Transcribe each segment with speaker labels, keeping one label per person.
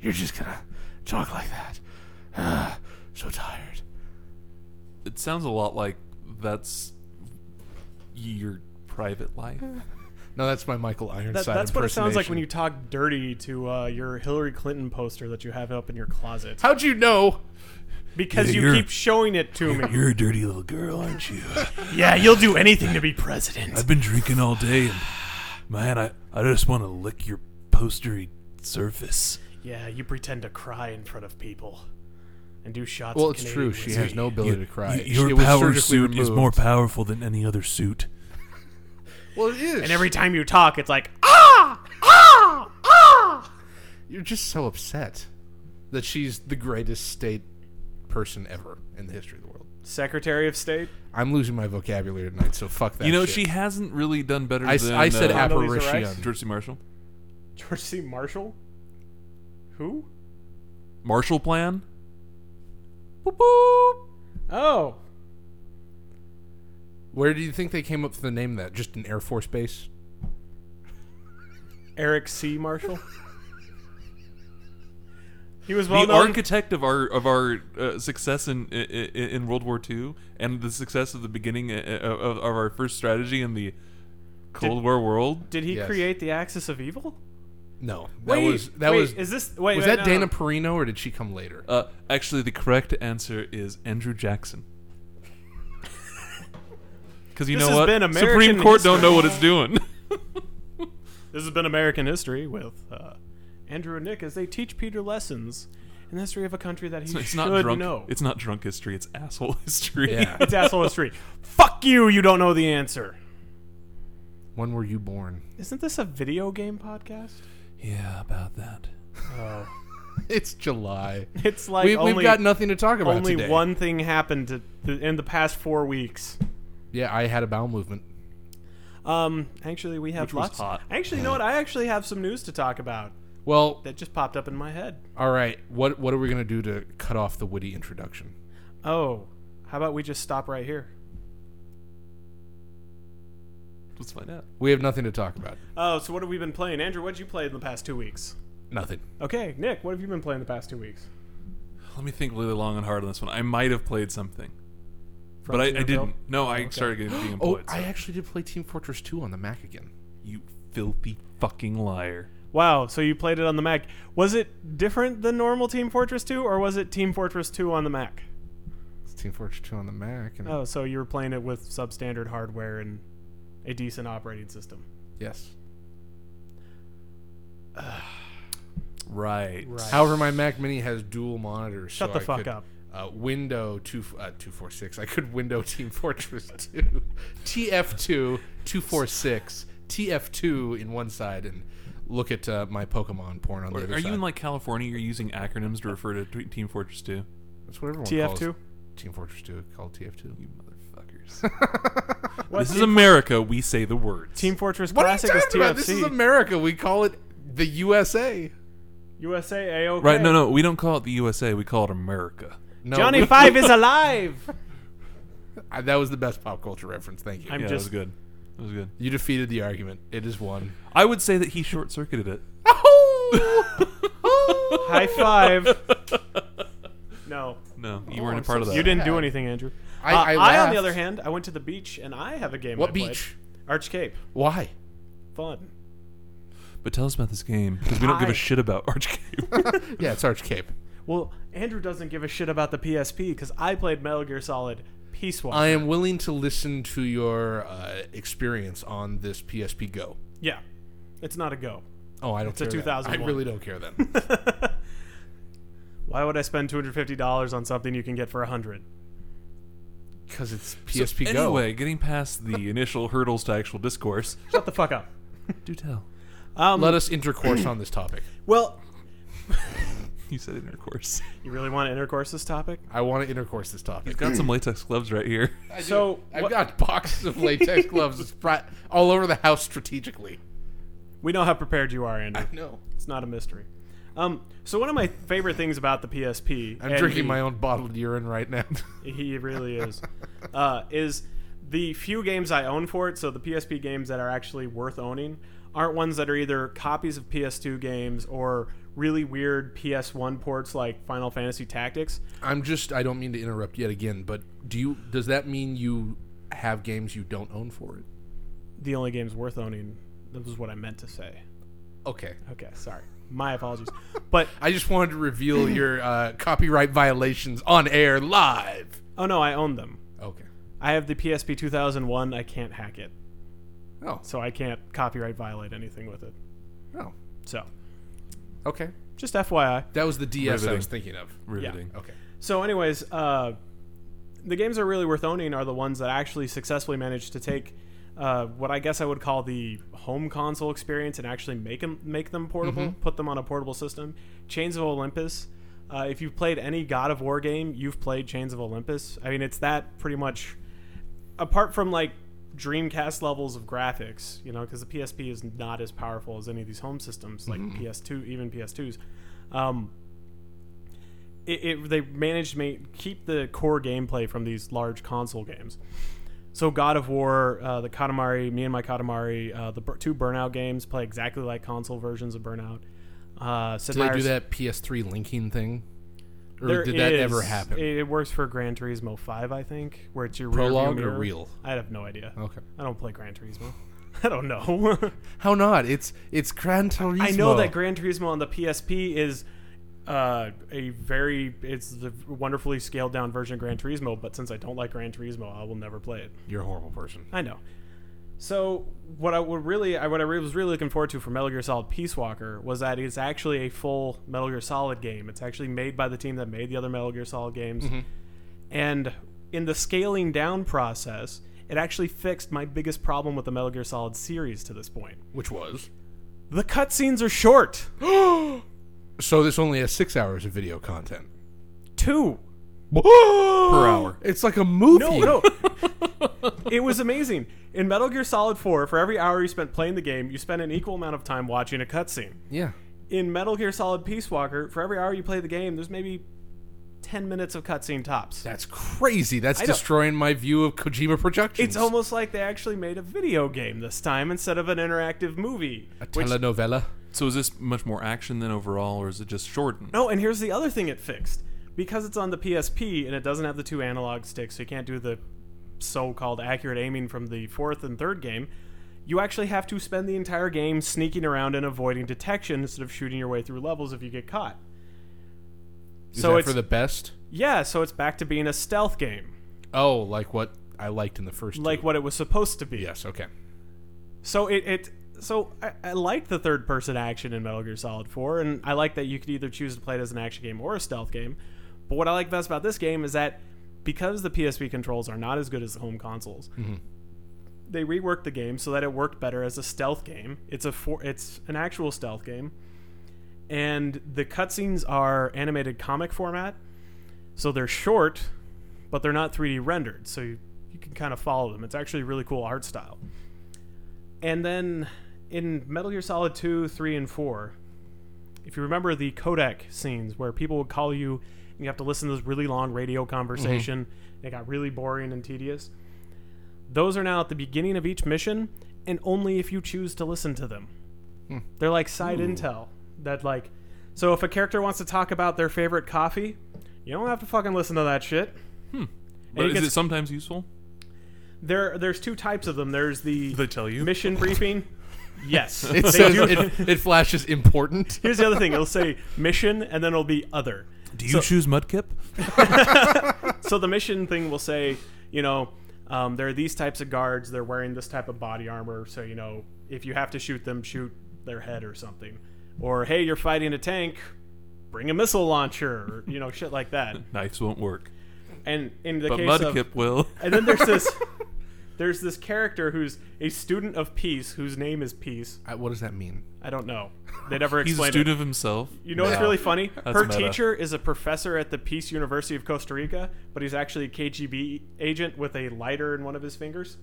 Speaker 1: You're just gonna talk like that. Ah, so tired.
Speaker 2: It sounds a lot like that's your private life.
Speaker 3: Mm. No, that's my Michael
Speaker 4: That,
Speaker 3: Ironside
Speaker 4: that's what it sounds like
Speaker 3: impersonation.
Speaker 4: when you talk dirty to uh, your Hillary Clinton poster that you have up in your closet
Speaker 3: How'd you know?
Speaker 4: because
Speaker 1: Yeah,
Speaker 4: you
Speaker 1: you're-
Speaker 4: keep showing it to me.
Speaker 1: You're a dirty little girl, aren't you?
Speaker 4: Yeah, you'll do anything to be president.
Speaker 1: I've been drinking all day, and man, I, I just want to lick your postery surface.
Speaker 4: Yeah, you pretend to cry in front of people and do shots.
Speaker 3: Well,
Speaker 4: of
Speaker 3: it's
Speaker 4: Canadian
Speaker 3: true. She
Speaker 4: whiskey.
Speaker 3: has no ability to cry.
Speaker 1: Y- your
Speaker 3: it was
Speaker 1: power
Speaker 3: surgically
Speaker 1: suit is
Speaker 3: removed.
Speaker 1: more powerful than any other suit.
Speaker 3: Well, it is.
Speaker 4: And every time you talk, it's like ah ah ah.
Speaker 3: you're just so upset that she's the greatest state person ever in the history of the world.
Speaker 4: Secretary of State.
Speaker 3: I'm losing my vocabulary tonight, so fuck that.
Speaker 2: you know,
Speaker 3: shit.
Speaker 2: she hasn't really done better
Speaker 3: I, s-
Speaker 2: than
Speaker 3: I said
Speaker 2: uh,
Speaker 4: Condoleezza
Speaker 3: apparition.
Speaker 4: Rice?
Speaker 2: George C. Marshall.
Speaker 4: George C. Marshall? Who?
Speaker 2: Marshall Plan. Boop, boop.
Speaker 4: Oh.
Speaker 3: Where do you think they came up with the name of that? Just an Air Force base?
Speaker 4: Eric C. Marshall? he was well
Speaker 2: The
Speaker 4: known.
Speaker 2: architect of our of our uh, success in, in in World War II and the success of the beginning uh, uh, of, of our first strategy in the Cold
Speaker 4: Did-
Speaker 2: War world.
Speaker 4: Did he
Speaker 3: Yes.
Speaker 4: create the Axis of Evil?
Speaker 3: No, that
Speaker 4: wait,
Speaker 3: was that
Speaker 4: wait,
Speaker 3: was
Speaker 4: is this wait,
Speaker 3: was
Speaker 4: wait,
Speaker 3: that
Speaker 4: no,
Speaker 3: Dana
Speaker 4: no.
Speaker 3: Perino or did she come later?
Speaker 2: Uh, actually, the correct answer is Andrew Jackson. Because you
Speaker 4: This
Speaker 2: know
Speaker 4: has
Speaker 2: what,
Speaker 4: been American
Speaker 2: Supreme Court don't
Speaker 4: history.
Speaker 2: know what it's doing.
Speaker 4: This has been American History with uh, Andrew and Nick as they teach Peter lessons in the history of a country that he
Speaker 2: it's
Speaker 4: should
Speaker 2: not drunk.
Speaker 4: know.
Speaker 2: It's not drunk history. It's asshole history.
Speaker 3: yeah,
Speaker 4: it's asshole history. Fuck you! You don't know the answer.
Speaker 3: when were you born?
Speaker 4: Isn't this a video game podcast?
Speaker 2: yeah, about that. Uh,
Speaker 4: Oh,
Speaker 3: It's July.
Speaker 4: it's like
Speaker 3: we,
Speaker 4: only
Speaker 3: we've got nothing to talk about
Speaker 4: only
Speaker 3: today.
Speaker 4: one thing happened to, th- in the past four weeks.
Speaker 3: Yeah, I had a bowel movement.
Speaker 4: Um, actually, we have
Speaker 2: Which was
Speaker 4: lots.
Speaker 2: hot.
Speaker 4: Actually, you know what? I actually have some news to talk about
Speaker 3: Well,
Speaker 4: that just popped up in my head.
Speaker 3: all right. What what are we gonna do to cut off the witty introduction?
Speaker 4: Oh, how about we just stop right here?
Speaker 2: Let's find out.
Speaker 3: We have nothing to talk about.
Speaker 4: Oh, so what have we been playing, Andrew? What'd you play in the past two weeks?
Speaker 3: Nothing.
Speaker 4: Okay, Nick, what have you been playing the past two weeks?
Speaker 2: Let me think really long and hard on this one. I might have played something, but I, I
Speaker 4: Frontierville?
Speaker 2: didn't. No, I started getting being
Speaker 3: Oh,
Speaker 2: employed. so-
Speaker 3: I actually did play Team Fortress 2 on the Mac again.
Speaker 2: You filthy fucking liar.
Speaker 4: Wow, so you played it on the Mac. Was it different than normal Team Fortress 2, or was it Team Fortress 2 on the Mac?
Speaker 3: It's Team Fortress 2 on the Mac, and
Speaker 4: Oh, so you were playing it with substandard hardware and a decent operating system.
Speaker 3: yes.
Speaker 2: Right.
Speaker 4: Right.
Speaker 3: However, my Mac Mini has dual monitors.
Speaker 4: Shut
Speaker 3: so
Speaker 4: the
Speaker 3: I
Speaker 4: fuck
Speaker 3: could,
Speaker 4: up.
Speaker 3: Uh, window two uh, two four six. I could window Team Fortress two, TF two two four six TF two in one side and look at uh, my Pokemon porn on the
Speaker 2: Or-
Speaker 3: other
Speaker 2: are
Speaker 3: side.
Speaker 2: you in like California? You're using acronyms to refer to T- Team Fortress 2?
Speaker 3: That's what everyone
Speaker 4: TF2?
Speaker 3: calls Team Fortress two called TF two.
Speaker 2: You motherfuckers.
Speaker 4: What,
Speaker 2: this is
Speaker 4: Team-
Speaker 2: America. We say the words.
Speaker 4: Team Fortress
Speaker 3: What are you
Speaker 4: Classic
Speaker 3: talking
Speaker 4: is TFC.
Speaker 3: about? This is America. We call it the USA.
Speaker 4: USA AOK.
Speaker 2: Right. No, no. We don't call it the USA. We call it America.
Speaker 3: No,
Speaker 4: Johnny
Speaker 3: we-
Speaker 4: Five is alive.
Speaker 3: I- that was the best pop culture reference. Thank you.
Speaker 4: I'm
Speaker 2: yeah, that was
Speaker 4: just
Speaker 2: good. That was good.
Speaker 3: you defeated the argument. It is one.
Speaker 2: I would say that he short circuited it.
Speaker 3: Oh!
Speaker 4: high five. No,
Speaker 2: No, you weren't
Speaker 3: I'm
Speaker 2: a part
Speaker 3: so
Speaker 2: of that.
Speaker 4: you didn't do
Speaker 3: Yeah.
Speaker 4: anything, Andrew.
Speaker 3: I-
Speaker 4: Uh,
Speaker 3: I
Speaker 4: on
Speaker 3: laughed.
Speaker 4: the other hand, I went to the beach and I have a game.
Speaker 3: What
Speaker 4: I played.
Speaker 3: beach?
Speaker 4: Arch Cape.
Speaker 3: Why?
Speaker 4: Fun.
Speaker 2: But tell us about this game because we don't give
Speaker 4: I-
Speaker 2: a shit about Archcade.
Speaker 3: Yeah, it's Arch Cape.
Speaker 4: Well, Andrew doesn't give a shit about the PSP because I played Metal Gear Solid Peace Walker.
Speaker 3: I am willing to listen to your uh, experience on this PSP Go.
Speaker 4: yeah, it's not a go.
Speaker 3: Oh, I don't
Speaker 4: a
Speaker 3: care. then.
Speaker 4: 2001.
Speaker 3: I really don't care then.
Speaker 4: Why would I spend two hundred fifty dollars on something you can get for a hundred?
Speaker 3: Because it's PSP Go.
Speaker 2: anyway, getting past the initial hurdles to actual discourse.
Speaker 4: Shut the fuck up.
Speaker 2: Do tell.
Speaker 4: Um,
Speaker 3: Let us intercourse on this topic.
Speaker 4: well,
Speaker 2: You said intercourse.
Speaker 4: you really want to intercourse this topic?
Speaker 3: I want to intercourse this topic.
Speaker 2: Got some latex gloves right here.
Speaker 4: so
Speaker 3: I've
Speaker 4: what-
Speaker 3: got boxes of latex gloves sprat- all over the house strategically.
Speaker 4: we know how prepared you are, Andrew.
Speaker 3: No.
Speaker 4: It's not a mystery. Um, so one of my favorite things about the PSP,
Speaker 3: I'm
Speaker 4: and
Speaker 3: drinking
Speaker 4: the-
Speaker 3: my own bottled urine right now.
Speaker 4: He really is. uh, is the few games I own for it, so the PSP games that are actually worth owning, aren't ones that are either copies of PS2 games or really weird PS1 ports like Final Fantasy Tactics.
Speaker 3: I'm just I don't mean to interrupt yet again, but do you does that mean you have games you don't own for it?
Speaker 4: The only games worth owning. That was what I meant to say.
Speaker 3: Okay.
Speaker 4: Okay, sorry. My apologies. But
Speaker 3: I just wanted to reveal
Speaker 4: Mm-hmm.
Speaker 3: your uh, copyright violations on air live.
Speaker 4: oh no, I own them.
Speaker 3: Okay.
Speaker 4: I have the PSP 2001. I can't hack it,
Speaker 3: Oh.
Speaker 4: so I can't copyright violate anything with it.
Speaker 3: Oh.
Speaker 4: So,
Speaker 3: Okay.
Speaker 4: just FYI.
Speaker 3: That was the DS I was
Speaker 2: Riveting.
Speaker 3: thinking of.
Speaker 2: Riveting.
Speaker 3: Okay.
Speaker 4: So, anyways, uh, the games that really worth owning are the ones that actually successfully managed to take uh, what I guess I would call the home console experience and actually make them make them portable, put them on a portable system. Chains of Olympus. Uh, if you've played any God of War game, you've played Chains of Olympus. I mean, it's that pretty much. Apart from like Dreamcast levels of graphics, you know, because the PSP is not as powerful as any of these home systems, like
Speaker 3: Mm-hmm.
Speaker 4: PS2, even PS2s. Um, it, it they managed to make, keep the core gameplay from these large console games. So God of War, uh, the Katamari, me and my Katamari, uh, the bur- two Burnout games play exactly like console versions of Burnout. Uh, Sid
Speaker 3: Did they do
Speaker 4: Meier's-
Speaker 3: that PS3 linking thing? Or
Speaker 4: there
Speaker 3: did that
Speaker 4: is-
Speaker 3: ever happen?
Speaker 4: It, it works for Gran Turismo Five, I think, where it's your rearview
Speaker 3: Prologue or
Speaker 4: mirror.
Speaker 3: real?
Speaker 4: I have no idea.
Speaker 3: Okay.
Speaker 4: I don't play Gran Turismo. I don't know.
Speaker 3: How not? It's it's Gran Turismo.
Speaker 4: I know that Gran Turismo on the PSP is uh, a very it's the wonderfully scaled down version of Gran Turismo, but since I don't like Gran Turismo, I will never play it.
Speaker 3: You're a horrible person.
Speaker 4: I know. So what I would really, I what I was really looking forward to for Metal Gear Solid Peace Walker was that it's actually a full Metal Gear Solid game. It's actually made by the team that made the other Metal Gear Solid games, and in the scaling down process, it actually fixed my biggest problem with the Metal Gear Solid series to this point.
Speaker 3: Which was.
Speaker 4: The cutscenes are short.
Speaker 3: So this only has six hours of video content.
Speaker 4: Two.
Speaker 3: per hour. It's like a movie.
Speaker 4: No, no. it was amazing. In Metal Gear Solid 4, for every hour you spent playing the game, you spent an equal amount of time watching a cutscene.
Speaker 3: Yeah.
Speaker 4: in Metal Gear Solid Peace Walker, for every hour you play the game, there's maybe 10 minutes of cutscene tops.
Speaker 3: That's crazy. That's
Speaker 4: I don't-
Speaker 3: destroying my view of Kojima Productions.
Speaker 4: It's almost like they actually made a video game this time instead of an interactive movie.
Speaker 3: a
Speaker 4: which-
Speaker 3: telenovela.
Speaker 2: So is this much more action than overall, or is it just shortened?
Speaker 4: no, and here's the other thing it fixed. Because it's on the PSP and it doesn't have the two analog sticks, so you can't do the so called accurate aiming from the fourth and third game, you actually have to spend the entire game sneaking around and avoiding detection instead of shooting your way through levels if you get caught.
Speaker 3: Is
Speaker 4: so
Speaker 3: that
Speaker 4: it's
Speaker 3: for the best?
Speaker 4: yeah, so it's back to being a stealth game.
Speaker 3: Oh, like what I liked in the first.
Speaker 4: like
Speaker 3: two.
Speaker 4: what it was supposed to be.
Speaker 3: Yes. Okay.
Speaker 4: So it, it so I, I like the third person action in Metal Gear Solid 4, and I like that you could either choose to play it as an action game or a stealth game. But what I like best about this game is that because the PSP controls are not as good as the home consoles, they reworked the game so that it worked better as a stealth game. It's a four, it's an actual stealth game, and the cutscenes are animated comic format, so they're short, but they're not 3D rendered, so you, you can kind of follow them. It's actually a really cool art style. And then in Metal Gear Solid 2, 3, and 4, if you remember the Kodak scenes where people would call you and you have to listen to this really long radio conversation,
Speaker 2: Mm-hmm.
Speaker 4: it got really boring and tedious. Those are now at the beginning of each mission and only if you choose to listen to them.
Speaker 2: Hmm.
Speaker 4: They're like side intel that like so if a character wants to talk about their favorite coffee, you don't have to fucking listen to that shit.
Speaker 2: Hmm. But
Speaker 4: it
Speaker 2: is
Speaker 4: gets-
Speaker 2: it sometimes useful?
Speaker 4: There there's two types of them. There's the
Speaker 2: They tell you.
Speaker 4: mission briefing. Yes.
Speaker 3: It
Speaker 4: they
Speaker 3: says
Speaker 4: do
Speaker 3: it, it flashes important.
Speaker 4: Here's the other thing. It'll say mission, and then it'll be other.
Speaker 2: Do you choose Mudkip?
Speaker 4: So the mission thing will say, you know, um, there are these types of guards. They're wearing this type of body armor. So you know, if you have to shoot them, shoot their head or something. Or hey, you're fighting a tank. Bring a missile launcher. Or, you know, shit like that.
Speaker 2: Knives won't work,
Speaker 4: And in the
Speaker 2: but
Speaker 4: case of
Speaker 2: Mudkip will.
Speaker 4: And then there's this there's this character who's a student of peace whose name is Peace.
Speaker 3: I, Uh, what does that mean?
Speaker 4: I don't know. They never
Speaker 2: He's a
Speaker 4: explain it.
Speaker 2: student of himself.
Speaker 4: You know what's
Speaker 3: No.
Speaker 4: really funny?
Speaker 2: That's
Speaker 4: Her
Speaker 2: meta.
Speaker 4: teacher is a professor at the Peace University of Costa Rica, but he's actually a KGB agent with a lighter in one of his fingers.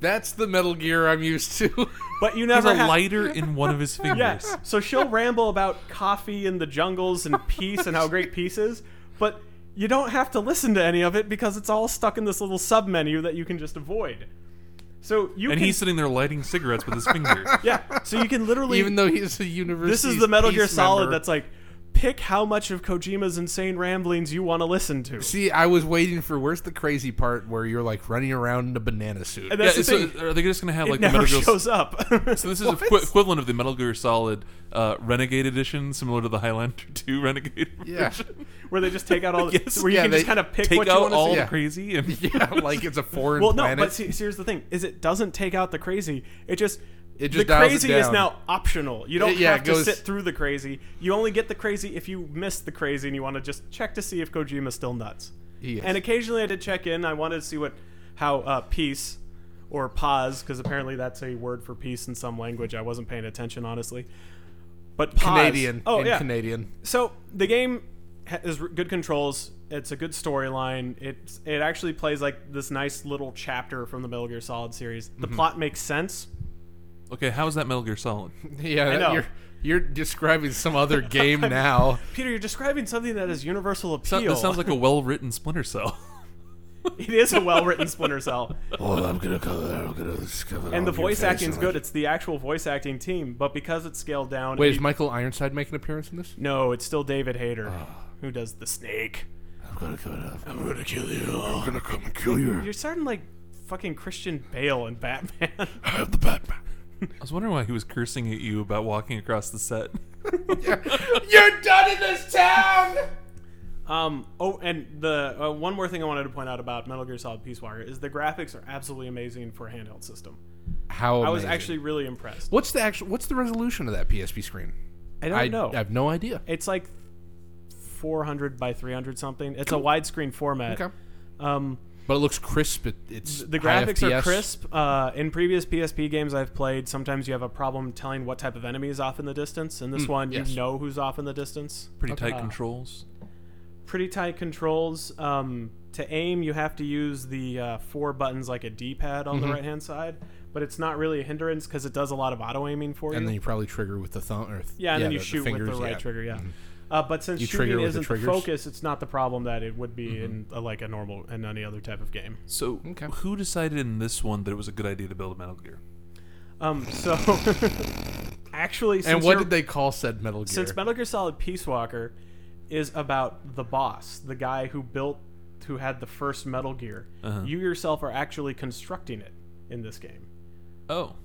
Speaker 3: That's the Metal Gear I'm used to.
Speaker 4: But you
Speaker 2: He has
Speaker 4: never
Speaker 2: a
Speaker 4: ha-
Speaker 2: lighter in one of his fingers.
Speaker 4: Yes. So she'll ramble about coffee and the jungles and peace and how great peace is, but you don't have to listen to any of it because it's all stuck in this little sub menu that you can just avoid. So you
Speaker 2: and
Speaker 4: can,
Speaker 2: he's sitting there lighting cigarettes with his finger.
Speaker 4: yeah. So you can literally
Speaker 3: Even though he's a university.
Speaker 4: this is the Metal Gear Solid that's uh, like pick how much of Kojima's insane ramblings you want to listen to.
Speaker 3: See, I was waiting for where's the crazy part where you're like running around in a banana suit.
Speaker 4: And
Speaker 2: Yeah,
Speaker 4: that's the
Speaker 2: so
Speaker 4: thing.
Speaker 2: are they just gonna have like
Speaker 4: it
Speaker 2: the
Speaker 4: never
Speaker 2: Metal Gear?
Speaker 4: shows up.
Speaker 2: So this is equi- equivalent of the Metal Gear Solid uh, Renegade Edition, similar to the Highlander 2 Renegade
Speaker 3: Yeah.
Speaker 2: version.
Speaker 4: where they just take out all the,
Speaker 2: Yes.
Speaker 4: where you
Speaker 3: Yeah,
Speaker 4: can
Speaker 3: they
Speaker 4: just kind of pick
Speaker 2: Take
Speaker 4: what you
Speaker 2: out
Speaker 4: want to
Speaker 2: all
Speaker 4: see.
Speaker 2: the
Speaker 3: yeah.
Speaker 2: crazy and
Speaker 3: yeah, like it's a foreign
Speaker 4: Well,
Speaker 3: planet.
Speaker 4: no, but see, see, here's the thing: is it doesn't take out the crazy. It just
Speaker 3: It just
Speaker 4: the
Speaker 3: dials it
Speaker 4: crazy is
Speaker 3: down.
Speaker 4: now optional. You don't
Speaker 3: It- yeah,
Speaker 4: have
Speaker 3: it
Speaker 4: to
Speaker 3: goes-
Speaker 4: sit through the crazy. You only get the crazy if you miss the crazy and you want to just check to see if Kojima's still nuts.
Speaker 3: He is.
Speaker 4: And occasionally I did check in. I wanted to see what how uh, peace or pause because apparently that's a word for peace in some language. I wasn't paying attention honestly. But pause.
Speaker 3: Canadian.
Speaker 4: Oh
Speaker 3: in
Speaker 4: yeah.
Speaker 3: Canadian.
Speaker 4: So the game has r- good controls. It's a good storyline. It it actually plays like this nice little chapter from the Metal Gear Solid series.
Speaker 2: Mm-hmm.
Speaker 4: The plot makes sense.
Speaker 2: Okay, how is that Metal Gear Solid?
Speaker 3: Yeah,
Speaker 4: know.
Speaker 3: you're you're describing some other game now.
Speaker 4: Peter, you're describing something that is universal
Speaker 2: So-
Speaker 4: appeal.
Speaker 2: this sounds like a well-written Splinter Cell.
Speaker 4: it is a well-written Splinter Cell,
Speaker 1: Oh, I'm gonna call it. I'm gonna discover.
Speaker 2: Oh,
Speaker 4: and the voice acting's good. It's the actual voice acting team, but because it's scaled down,
Speaker 3: Wait,
Speaker 4: it-
Speaker 3: is Michael Ironside make an appearance in this?
Speaker 4: no, it's still David Hayter
Speaker 2: Oh.
Speaker 4: who does the snake.
Speaker 1: I'm gonna cut up. I'm gonna kill you. I'm gonna come and kill you.
Speaker 4: You're starting like fucking Christian Bale and Batman.
Speaker 1: I have the Batman.
Speaker 2: I was wondering why he was cursing at you about walking across the set.
Speaker 3: You're done in this town.
Speaker 4: Um. Oh, and the uh, one more thing I wanted to point out about Metal Gear Solid Peace Walker is the graphics are absolutely amazing for a handheld system.
Speaker 3: How
Speaker 4: I was
Speaker 3: amazing.
Speaker 4: actually really impressed.
Speaker 3: What's the actual? What's the resolution of that PSP screen?
Speaker 4: I don't know.
Speaker 3: I have no idea.
Speaker 4: it's like 400 by 300 something. It's a widescreen format.
Speaker 3: Okay.
Speaker 4: Um.
Speaker 3: But it looks crisp. It, it's
Speaker 4: The
Speaker 3: high
Speaker 4: graphics are
Speaker 3: FPS.
Speaker 4: crisp. Uh, in previous PSP games I've played, sometimes you have a problem telling what type of enemy is off in the distance. In this one,
Speaker 3: Hmm. yes.
Speaker 4: you know who's off in the distance.
Speaker 2: Pretty tight controls.
Speaker 4: pretty tight controls. Um, to aim, you have to use the uh, four buttons like a D-pad on
Speaker 3: Mm-hmm.
Speaker 4: the right-hand side, but it's not really a hindrance because it does a lot of auto-aiming for
Speaker 3: And
Speaker 4: you.
Speaker 3: then you probably trigger with the thumb. Or th-
Speaker 4: yeah, and then you
Speaker 3: the- the
Speaker 4: shoot
Speaker 3: fingers,
Speaker 4: with the right
Speaker 3: yeah. Mm-hmm.
Speaker 4: trigger. Yeah. Uh, but since
Speaker 3: You trigger
Speaker 4: shooting
Speaker 3: with the
Speaker 4: isn't the
Speaker 3: triggers? Mm-hmm.
Speaker 4: focus, it's not the problem that it would be in uh like a normal in any other type of game.
Speaker 2: So,
Speaker 3: Okay.
Speaker 2: who decided in this one that it was a good idea to build a Metal Gear?
Speaker 4: Um, so actually, since
Speaker 3: And what
Speaker 4: you're-
Speaker 3: did they call said Metal Gear?
Speaker 4: since Metal Gear Solid Peace Walker is about the boss, the guy who built, who had the first Metal Gear,
Speaker 2: Uh-huh.
Speaker 4: you yourself are actually constructing it in this game.
Speaker 2: Oh,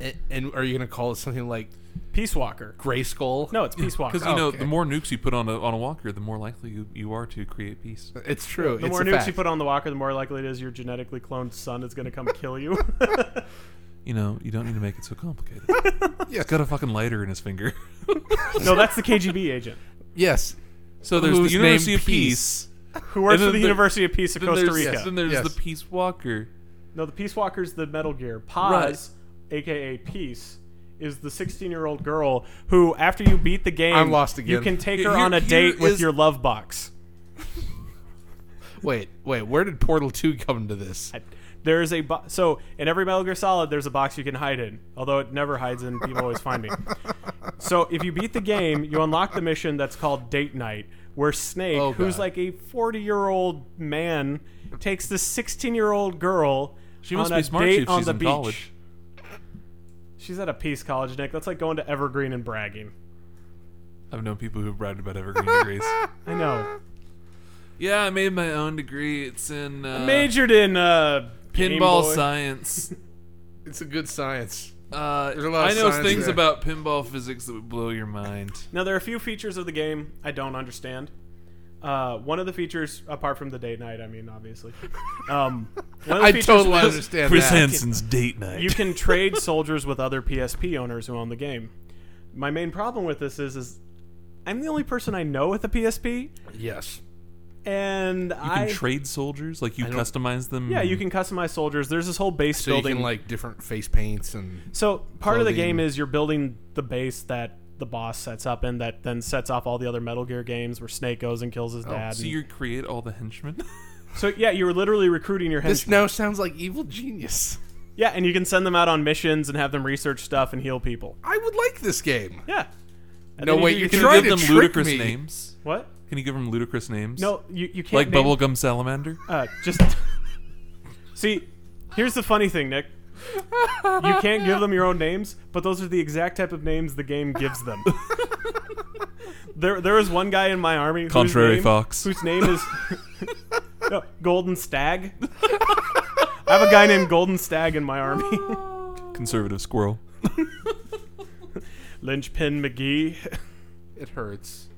Speaker 3: A- and are you going to call it something like
Speaker 4: Peace Walker.
Speaker 3: Gray Skull?
Speaker 4: No, it's Peace Walker.
Speaker 2: because you know,
Speaker 3: Okay.
Speaker 2: the more nukes you put on a on a walker, the more likely you, you are to create peace.
Speaker 3: it's true.
Speaker 4: the
Speaker 3: it's
Speaker 4: more
Speaker 3: a
Speaker 4: nukes
Speaker 3: fact.
Speaker 4: you put on the walker, the more likely it is your genetically cloned son is going to come kill you.
Speaker 2: You know, you don't need to make it so complicated. He's got a fucking lighter in his finger.
Speaker 4: no, that's the KGB agent
Speaker 3: Yes.
Speaker 2: So there's the
Speaker 3: Whose name
Speaker 2: University of Peace.
Speaker 3: Peace.
Speaker 4: who works
Speaker 2: And then
Speaker 4: for the
Speaker 2: there-
Speaker 4: University of Peace of
Speaker 2: Then
Speaker 4: Costa
Speaker 2: there's,
Speaker 4: Rica.
Speaker 2: then there's
Speaker 3: Yes.
Speaker 2: the Peace Walker.
Speaker 4: No, the Peace Walker's the Metal Gear. Paz, aka Peace, is the 16-year-old girl who, after you beat the game,
Speaker 3: I'm lost
Speaker 4: You
Speaker 3: again.
Speaker 4: can take
Speaker 2: Here-
Speaker 4: her on a
Speaker 2: here
Speaker 4: date with
Speaker 2: is-
Speaker 4: your love box.
Speaker 3: Wait, wait. Where did Portal 2 come into this?
Speaker 4: There is a bo- so in every Metal Gear Solid, there's a box you can hide in. Although it never hides in, people always find me. So if you beat the game, you unlock the mission that's called Date Night, where Snake,
Speaker 3: Oh,
Speaker 4: who's
Speaker 3: God.
Speaker 4: like a 40-year-old man, takes this 16-year-old girl.
Speaker 2: She must
Speaker 4: on
Speaker 2: be
Speaker 4: a
Speaker 2: smart
Speaker 4: date
Speaker 2: if
Speaker 4: on
Speaker 2: she's
Speaker 4: the
Speaker 2: in
Speaker 4: beach.
Speaker 2: college.
Speaker 4: She's at a peace college, Nick. That's like going to Evergreen and bragging.
Speaker 2: I've known people who've bragged about evergreen degrees.
Speaker 4: I know.
Speaker 2: Yeah, I made my own degree. It's in uh,
Speaker 4: Majored in uh, Game
Speaker 2: pinball
Speaker 4: Boy.
Speaker 2: science.
Speaker 3: It's a good science.
Speaker 2: Uh,
Speaker 3: a lot of
Speaker 2: I know
Speaker 3: science
Speaker 2: things
Speaker 3: there.
Speaker 2: about pinball physics that would blow your mind.
Speaker 4: Now there are a few features of the game I don't understand. Uh, one of the features, apart from the date night, I mean, obviously, um, one of the
Speaker 3: I
Speaker 4: features
Speaker 3: totally
Speaker 4: was
Speaker 3: understand
Speaker 1: Chris
Speaker 3: that.
Speaker 1: Hansen's date night.
Speaker 4: you can trade soldiers with other PSP owners who own the game. My main problem with this is, is I'm the only person I know with a PSP,
Speaker 3: Yes.
Speaker 4: and
Speaker 2: You can
Speaker 4: I
Speaker 2: trade soldiers, like you
Speaker 3: don't-
Speaker 2: customize them.
Speaker 4: yeah, you
Speaker 2: and-
Speaker 4: can customize soldiers. There's this whole base
Speaker 3: So
Speaker 4: building
Speaker 3: you can like different face paints and
Speaker 4: So part of the
Speaker 3: Clothing.
Speaker 4: game is you're building the base that the boss sets up and that then sets off all the other Metal Gear games where Snake goes and kills
Speaker 3: Oh,
Speaker 4: his dad.
Speaker 2: So
Speaker 4: and-
Speaker 2: you create all the henchmen.
Speaker 4: so yeah, you're literally recruiting your
Speaker 3: this
Speaker 4: henchmen.
Speaker 3: now sounds like evil genius.
Speaker 4: yeah, and you can send them out on missions and have them research stuff and heal people.
Speaker 3: I would like this game.
Speaker 4: Yeah. And
Speaker 3: No,
Speaker 4: then you
Speaker 3: wait,
Speaker 4: do-
Speaker 3: you
Speaker 2: Can
Speaker 3: Try
Speaker 2: you
Speaker 3: to
Speaker 2: give them
Speaker 3: trick
Speaker 2: ludicrous
Speaker 3: me.
Speaker 2: names?
Speaker 4: what?
Speaker 2: Can you give them ludicrous names?
Speaker 4: No, you, you can't
Speaker 2: Like
Speaker 4: name-
Speaker 2: bubblegum salamander.
Speaker 4: Uh, just see, Here's the funny thing, Nick. You can't give them your own names, but those are the exact type of names the game gives them. there, there is one guy in my army.
Speaker 2: Contrary
Speaker 4: whose name,
Speaker 2: fox.
Speaker 4: Whose name is No, Golden Stag. I have a guy named Golden Stag in my army.
Speaker 2: Conservative squirrel.
Speaker 4: Lynchpin McGee.
Speaker 3: It hurts.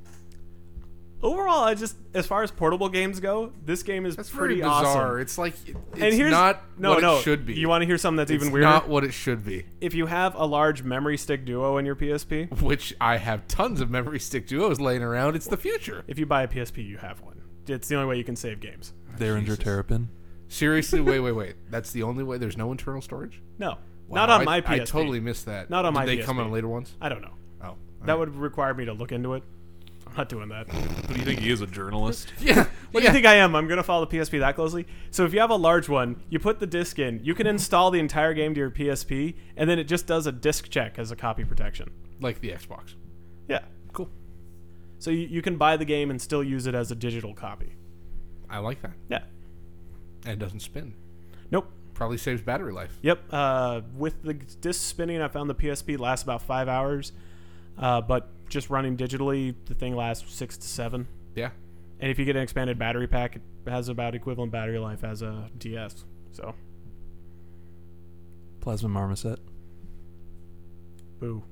Speaker 4: Overall, I just, as far as portable games go, this game is
Speaker 3: That's
Speaker 4: pretty
Speaker 3: pretty bizarre.
Speaker 4: awesome.
Speaker 3: It's like it- it's
Speaker 4: and here's
Speaker 3: not
Speaker 4: no,
Speaker 3: what
Speaker 4: no.
Speaker 3: it should be.
Speaker 4: You want to hear something that's
Speaker 3: it's
Speaker 4: even weirder?
Speaker 3: Not what it should be.
Speaker 4: if you have a large memory stick duo in your PSP,
Speaker 3: Which I have tons of memory stick duos laying around. It's the future.
Speaker 4: if you buy a PSP, you have one. It's the only way you can save games.
Speaker 2: Derringer Terrapin.
Speaker 3: Seriously, wait, wait, wait. That's the only way. There's no internal storage.
Speaker 4: No,
Speaker 3: Wow,
Speaker 4: not on
Speaker 3: I-
Speaker 4: my PSP.
Speaker 3: I totally missed that.
Speaker 4: Not on
Speaker 3: Did
Speaker 4: my
Speaker 3: They come
Speaker 4: PSP.
Speaker 3: on later ones.
Speaker 4: I don't know.
Speaker 3: Oh, all
Speaker 4: That
Speaker 3: right.
Speaker 4: would require me to look into it. I'm not doing that. what
Speaker 2: What do you think he is, a journalist?
Speaker 3: yeah.
Speaker 4: do you think I am? I'm going to follow the PSP that closely. So if you have a large one, you put the disc in. You can install the entire game to your PSP, and then it just does a disc check as a copy protection.
Speaker 3: Like the Xbox.
Speaker 4: Yeah.
Speaker 3: Cool.
Speaker 4: So you, you can buy the game and still use it as a digital copy.
Speaker 3: I like that.
Speaker 4: Yeah.
Speaker 3: And it doesn't spin.
Speaker 4: Nope.
Speaker 3: Probably saves battery life.
Speaker 4: Yep. Uh, with the disc spinning, I found the PSP lasts about five hours, uh, but just running digitally, the thing lasts six to seven.
Speaker 3: Yeah.
Speaker 4: And if you get an expanded battery pack, it has about equivalent battery life as a DS. So,
Speaker 2: Plasma Marmoset.
Speaker 4: boo.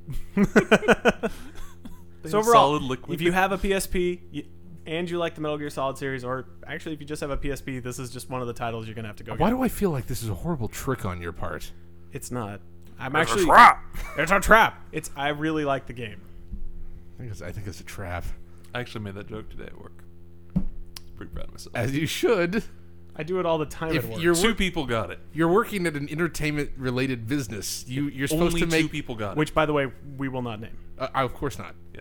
Speaker 2: They
Speaker 4: so
Speaker 2: have
Speaker 4: overall,
Speaker 2: solid liquid.
Speaker 4: if you have a PSP y- and you like the Metal Gear Solid series, or actually if you just have a PSP, this is just one of the titles you're gonna have to go.
Speaker 3: Why
Speaker 4: get.
Speaker 3: do I feel like this is a horrible trick on your part?
Speaker 4: It's not. I'm actually. It's a trap. It's. I really like the game.
Speaker 3: I think it's, I think it's a trap.
Speaker 2: I actually made that joke today at work. Pretty proud of myself.
Speaker 3: As you should.
Speaker 4: I do it all the time
Speaker 3: If
Speaker 4: at work.
Speaker 3: you're
Speaker 2: Two people got it.
Speaker 3: you're working at an entertainment related business, you you're supposed
Speaker 2: Only
Speaker 3: to
Speaker 2: two
Speaker 3: make.
Speaker 2: people got
Speaker 4: Which, by the way, we will not name.
Speaker 3: Uh, uh, of course not.
Speaker 2: it. Yeah.